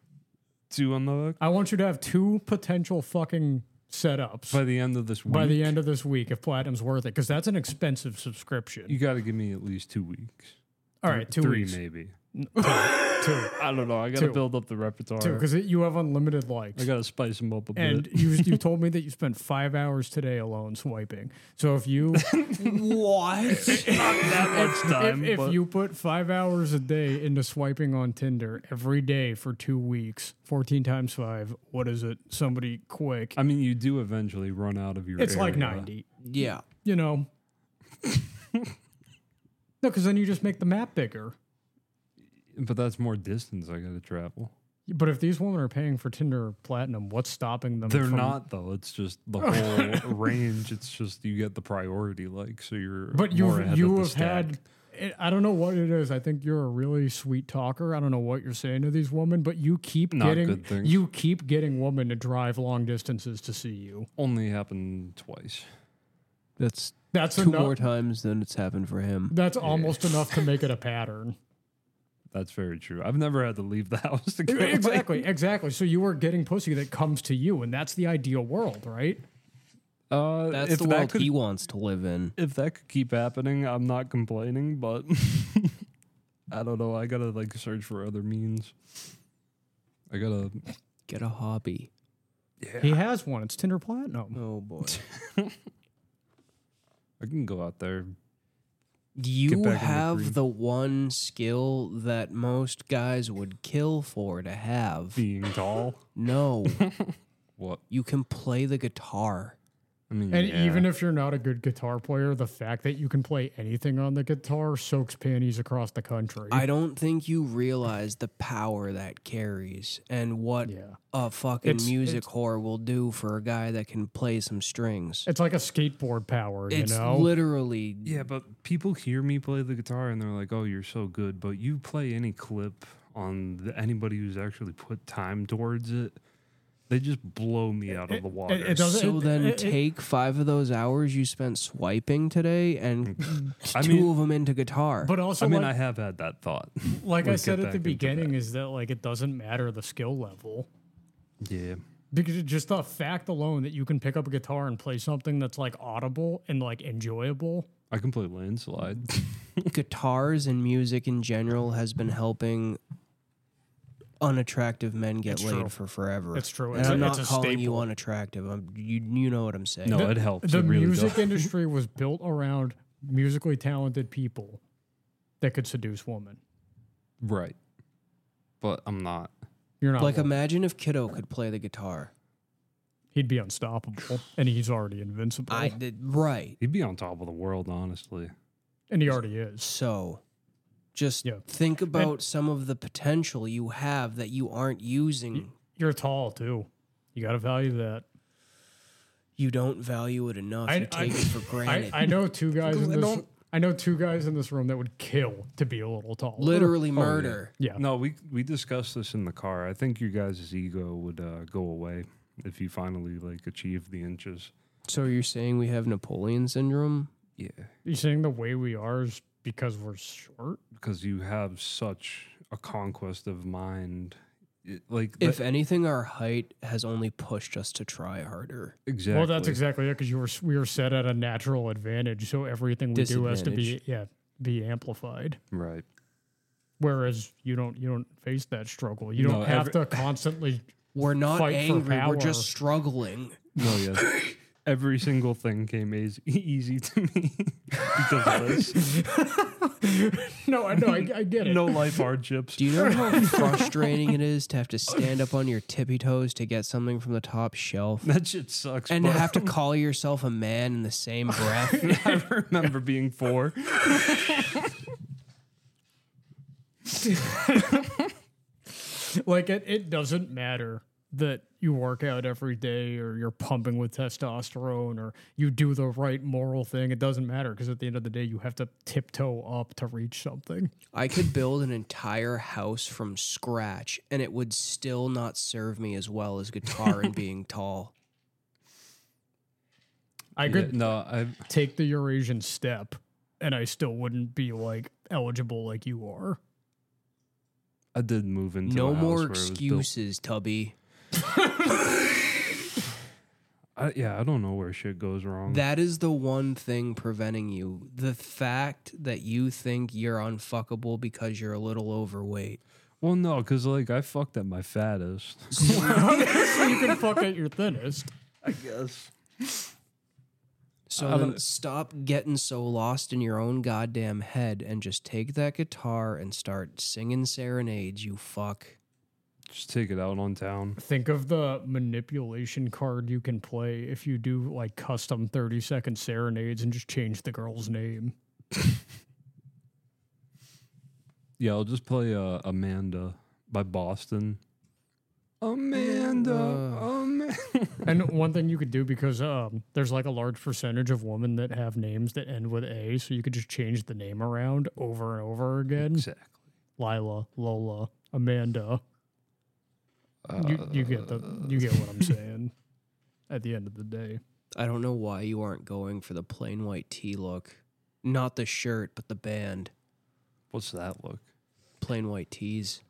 Two on the hook
I want you to have two potential fucking setups
by the end of this week.
by the end of this week if platinum's worth it because that's an expensive subscription.
you got to give me at least two weeks.
All right, two
three
weeks.
maybe.
Two.
I don't know. I got to
Two.
build up the repertoire.
Two, because you have unlimited likes.
I got to spice them up a
and
bit.
you you told me that you spent five hours today alone swiping. So if you
What?
That's
if,
time.
if
but-
you put five hours a day into swiping on Tinder every day for two weeks, fourteen times five, what is it? Somebody quick.
I mean, you do eventually run out of your.
it's like
area.
ninety.
yeah.
You know. no, because then you just make the map bigger.
but that's more distance I got to travel.
But if these women are paying for Tinder Platinum, what's stopping them?
They're
from-
not though. It's just the whole range. It's just you get the priority, like so you're.
But
more ahead
you've
of
you
the
have had.
stack.
it- I don't know what it is. I think you're a really sweet talker. I don't know what you're saying to these women, but you keep
Not
getting
good things.
you keep getting women to drive long distances to see you.
only happened twice.
That's
That's
two
enough.
more times than it's happened for him.
That's almost enough to make it a pattern.
That's very true. I've never had to leave the house to go.
exactly, exactly. So you are getting pussy that comes to you, and that's the ideal world, right?
Uh,
That's
if
the
that
world
could,
he wants to live in.
if that could keep happening, I'm not complaining. But I don't know. I gotta like search for other means. I gotta.
Get a hobby.
He has one. It's Tinder Platinum.
Oh boy.
I can go out there. Get
You
back in the
have
green.
the one skill that most guys would kill for to have.
Being tall.
No,
What?
you can play the guitar.
I mean,
And
yeah.
even if you're not a good guitar player, the fact that you can play anything on the guitar soaks panties across the country.
I don't think you realize the power that carries and what
yeah.
a fucking
It's-
music whore will do for a guy that can play some strings.
It's like a skateboard power, you
It's
know?
literally
Yeah, but people hear me play the guitar and they're like, "Oh, you're so good." But you play any clip on the, anybody who's actually put time towards it, they just blow me out of the water.
it doesn't-
So then
it- it-
take five of those hours you spent swiping today and
I
two
mean-
of them into guitar.
but also,
I mean, I
like,
have had that thought.
like I
We'll
said
get
at the
back into that.
beginning, is that like it doesn't matter the skill level.
yeah,
Because it's just the fact alone that you can pick up a guitar and play something that's like audible and like enjoyable.
I can play landslide.
guitars and music in general has been helping unattractive men get
It's
laid
true.
for forever.
It's true.
And
It's a-
I'm not
it's a
calling you
staple.
unattractive. I'm, you you know what I'm saying.
No, it helps.
the
it really
music
does.
industry was built around musically talented people that could seduce women.
right, but I'm not.
You're not
Like
one.
imagine if Kiddo could play the guitar.
he'd be unstoppable, and he's already invincible,
I did right.
He'd be on top of the world, honestly.
and he already is.
So just
Yeah.
think about some of the potential you have that you aren't using.
You're tall too. You got to value that.
You don't value it enough.
I-
you take
I-
it for
I,
granted.
I know two guys in
I
this.
don't-
I know two guys in this room that would kill to be a little tall.
Literally murder.
Oh, Yeah.
No, we we discussed this in the car. I think your guys' ego would uh, go away if you finally like achieve the inches.
So you're saying we have Napoleon syndrome?
Yeah.
You saying the way we are is because we're short?
because you have such a conquest of mind. It- like
If
the-
anything, our height has only pushed us to try harder.
exactly.
Well, that's exactly it because you were s- we were set at a natural advantage, so everything we do has to be yeah be amplified.
right.
Whereas you don't you don't face that struggle. You don't
No,
have
every-
to constantly.
We're not
Fight for
angry. We're
power.
just struggling.
No, yes. Every single thing came easy, easy to me because of this.
no, I know. I, I get it.
No life hardships.
Do you know how frustrating it is to have to stand up on your tippy toes to get something from the top shelf?
that shit sucks.
And to
but
have to call yourself a man in the same breath.
I remember being four.
Like it, it doesn't matter that you work out every day or you're pumping with testosterone or you do the right moral thing. It doesn't matter because at the end of the day, you have to tiptoe up to reach something.
I could build an entire house from scratch and it would still not serve me as well as guitar and being tall.
I
Yeah,
could
no, I
take the Eurasian step and I still wouldn't be like eligible like you are.
I did move into
no
a house
more
where it was built-
excuses, Tubby.
I, yeah, I don't know where shit goes wrong.
That is the one thing preventing you. The fact that you think you're unfuckable because you're a little overweight.
well, no, because like I fucked at my fattest.
you can fuck at your thinnest.
I guess.
So
I
then
don't-
stop getting so lost in your own goddamn head and just take that guitar and start singing serenades, you fuck.
Just take it out on town.
Think of the manipulation card you can play if you do like custom 30 second serenades and just change the girl's name.
Yeah, I'll just play uh, Amanda by Boston. Amanda, Amanda.
And one thing you could do because um, there's like a large percentage of women that have names that end with A, so you could just change the name around over and over again.
Exactly.
Lila, Lola, Amanda. you, you get the you get what I'm saying. At the end of the day,
I don't know why you aren't going for the plain white tee look. Not the shirt, but the band.
What's that look?
Plain white tees.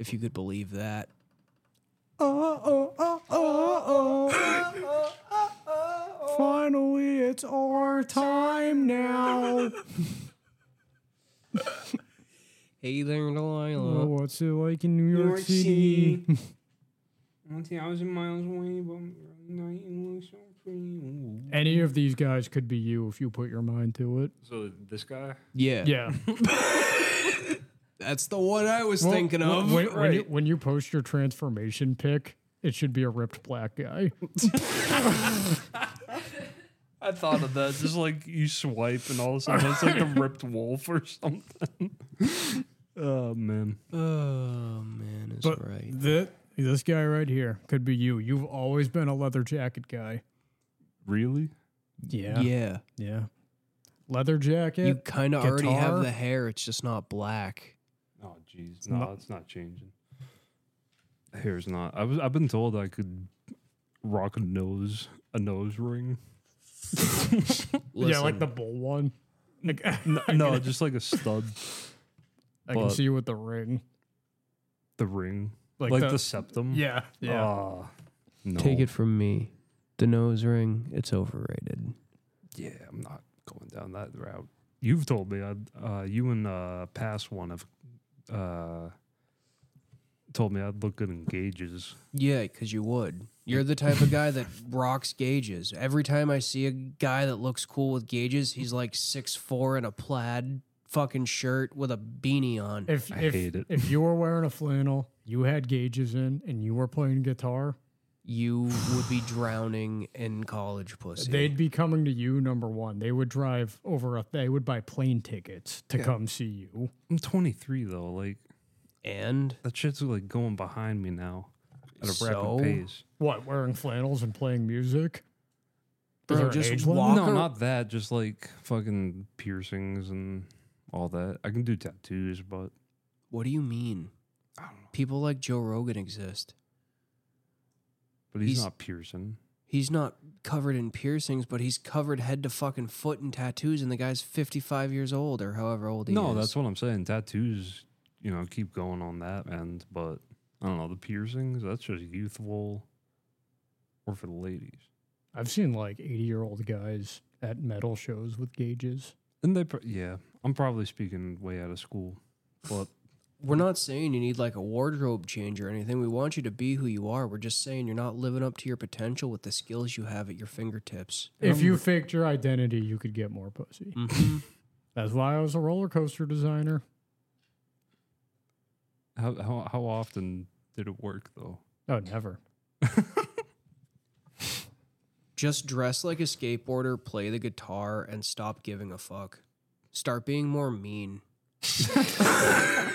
If you could believe that.
finally it's our time now.
Hey there,
Oh,
Delilah.
what's it like in New York,
York
City?
One thousand miles away, but night it looks so pretty.
Any of these guys could be you if you put your mind to it.
So this guy.
Yeah.
Yeah.
That's the one I was
Well,
thinking
when-
of.
When, when you, when you post your transformation pic, it should be a ripped black guy.
I thought of that. Just like you swipe and all of a sudden it's like a ripped wolf or something. oh man.
oh, man, it's
But-
right.
Th- this guy right here could be you. You've always been a leather jacket guy.
Really?
Yeah.
Yeah.
Yeah. Leather jacket.
You kind of already have
Guitar?
the hair, it's just not black.
Oh jeez.
No,
No, it's not changing. Hair's not. I was I've been told I could rock a nose a nose ring.
Yeah, like
Listen,
the bull one. Like,
No, no just like a stud.
I can
but-
see you with the ring.
The ring.
Like
Like,
the-
the, septum.
Yeah. Yeah.
Ah, no.
Take it from me. The nose ring, it's overrated.
Yeah, I'm not going down that route. You've told me. I'd, uh, you and uh, past one have uh, told me I'd look good in gauges.
Yeah, because you would. You're the type of guy that rocks gauges. Every time I see a guy that looks cool with gauges, he's like six four in a plaid fucking shirt with a beanie on.
If
I
if,
hate it.
if you were wearing a flannel, you had gauges in, and you were playing guitar,
You would be drowning in college pussy.
they'd be coming to you. Number one, they would drive over. A, they would buy plane tickets to come see you.
I'm 23 though. Like
and
that shit's like going behind me now at a
So?
rapid pace.
What wearing flannels and playing music? Is there
bro,
an
just
age limit?
walk.
no,
ar-
not that. Just like fucking piercings and all that. I can do tattoos, but
What do you mean?
I don't know.
People like Joe Rogan exist.
But he's,
He's-
not piercing.
He's not covered in piercings, but he's covered head to fucking foot in tattoos, and the guy's fifty five years old or however old he is.
No, that's what I'm saying. Tattoos, you know, keep going on that end, but I don't know, the piercings, that's just youthful or for the ladies.
I've seen like eighty-year-old guys at metal shows with gauges.
And they, pro- yeah, I'm probably speaking way out of school, but
we're not saying you need like a wardrobe change or anything. We want you to be who you are. We're just saying you're not living up to your potential with the skills you have at your fingertips.
If you faked your identity, you could get more pussy.
Mm-hmm.
That's why I was a roller coaster designer.
How, how, how often did it work though?
Oh, never.
Just dress like a skateboarder, play the guitar, and stop giving a fuck. Start being more mean.
I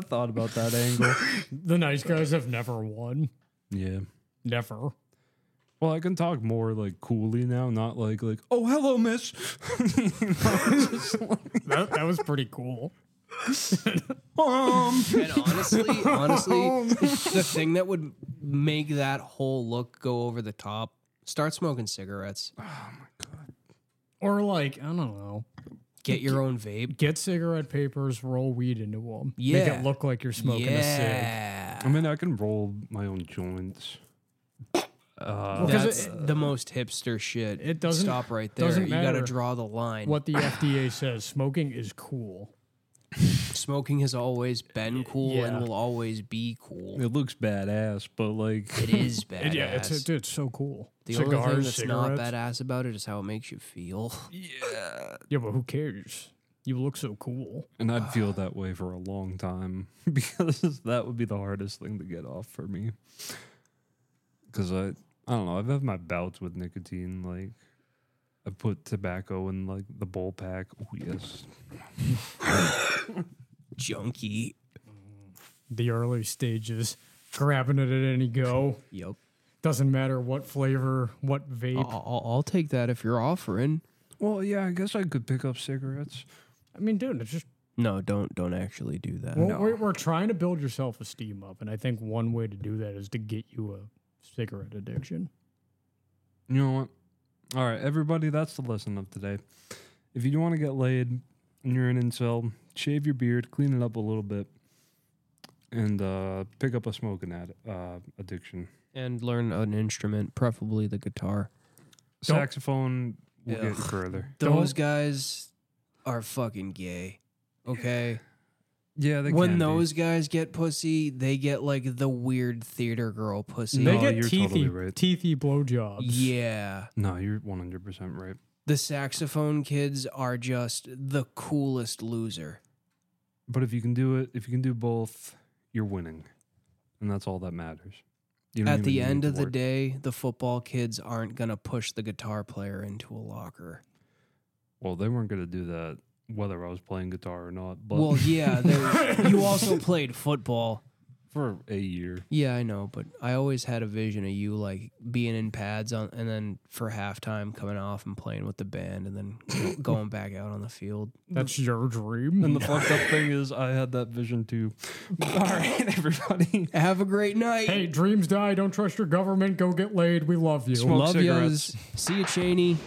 thought about that angle.
The nice guys have never won.
yeah.
Never.
Well, I can talk more like coolly now, not like like, oh hello, miss.
That, that was pretty cool.
um,
And honestly, honestly, the thing that would make that whole look go over the top, start smoking cigarettes.
Or like, I don't know.
Get your own vape.
Get cigarette papers, roll weed into them. Make
Yeah.
it look like you're smoking a cig.
yeah.
I mean I can roll my own joints. Uh,
Well, 'cause
That's
it-
the most hipster shit.
It doesn't-
stop right there.
doesn't
you got
matter.
to draw the line.
What the FDA says, smoking is cool.
Smoking has always been cool
yeah.
and will always be cool.
it looks badass, but like
It is badass.
It- yeah, it's, it's, it's so cool.
the
Cigars,
only thing that's
cigarettes.
not badass about it is how it makes you feel.
Yeah, but who cares? You look so cool.
And I'd feel that way for a long time because that would be the hardest thing to get off for me. Because I, I don't know, I've had my bouts with nicotine. Like, I put tobacco in like the bowl pack. Oh yes,
Junkie.
The early stages, grabbing it at any go.
Yep.
Doesn't matter what flavor, what vape.
I'll, I'll take that if you're offering.
Well, yeah, I guess I could pick up cigarettes.
I mean, dude, it's just
No, don't don't actually do that.
we're, we're, we're trying to build your self esteem up, and I think one way to do that is to get you a cigarette addiction.
You know what? All right, everybody, that's the lesson of today. If you want to get laid and you're an incel, shave your beard, clean it up a little bit, and uh, pick up a smoking ad- uh, addiction.
And learn an instrument, preferably the guitar.
Don't-
saxophone will get
Ugh.
further.
Those
Don't-
guys are fucking gay. Okay.
Yeah, they
when those guys get pussy, they get like the weird theater girl pussy.
No,
they get
you're
teethy,
totally right.
teethy blowjobs.
Yeah.
No, you're 100 percent right.
The saxophone kids are just the coolest loser.
But if you can do it, if you can do both, you're winning, and that's all that matters. You don't
At
even
the
need
end
to
of the
work.
day, the football kids aren't going to push the guitar player into a locker.
well, they weren't gonna do that whether I was playing guitar or not. But
Well, yeah, they- you also played football.
for a year,
Yeah, I know, but I always had a vision of you like being in pads on and then for halftime coming off and playing with the band and then go- going back out on the field.
That's your dream.
and the fucked up thing is, I had that vision too. all right, everybody,
Have a great night.
hey, dreams die. Don't trust your government. Go get laid. We love you.
Smoke
Love
cigarettes.
yous. See you, Cheney.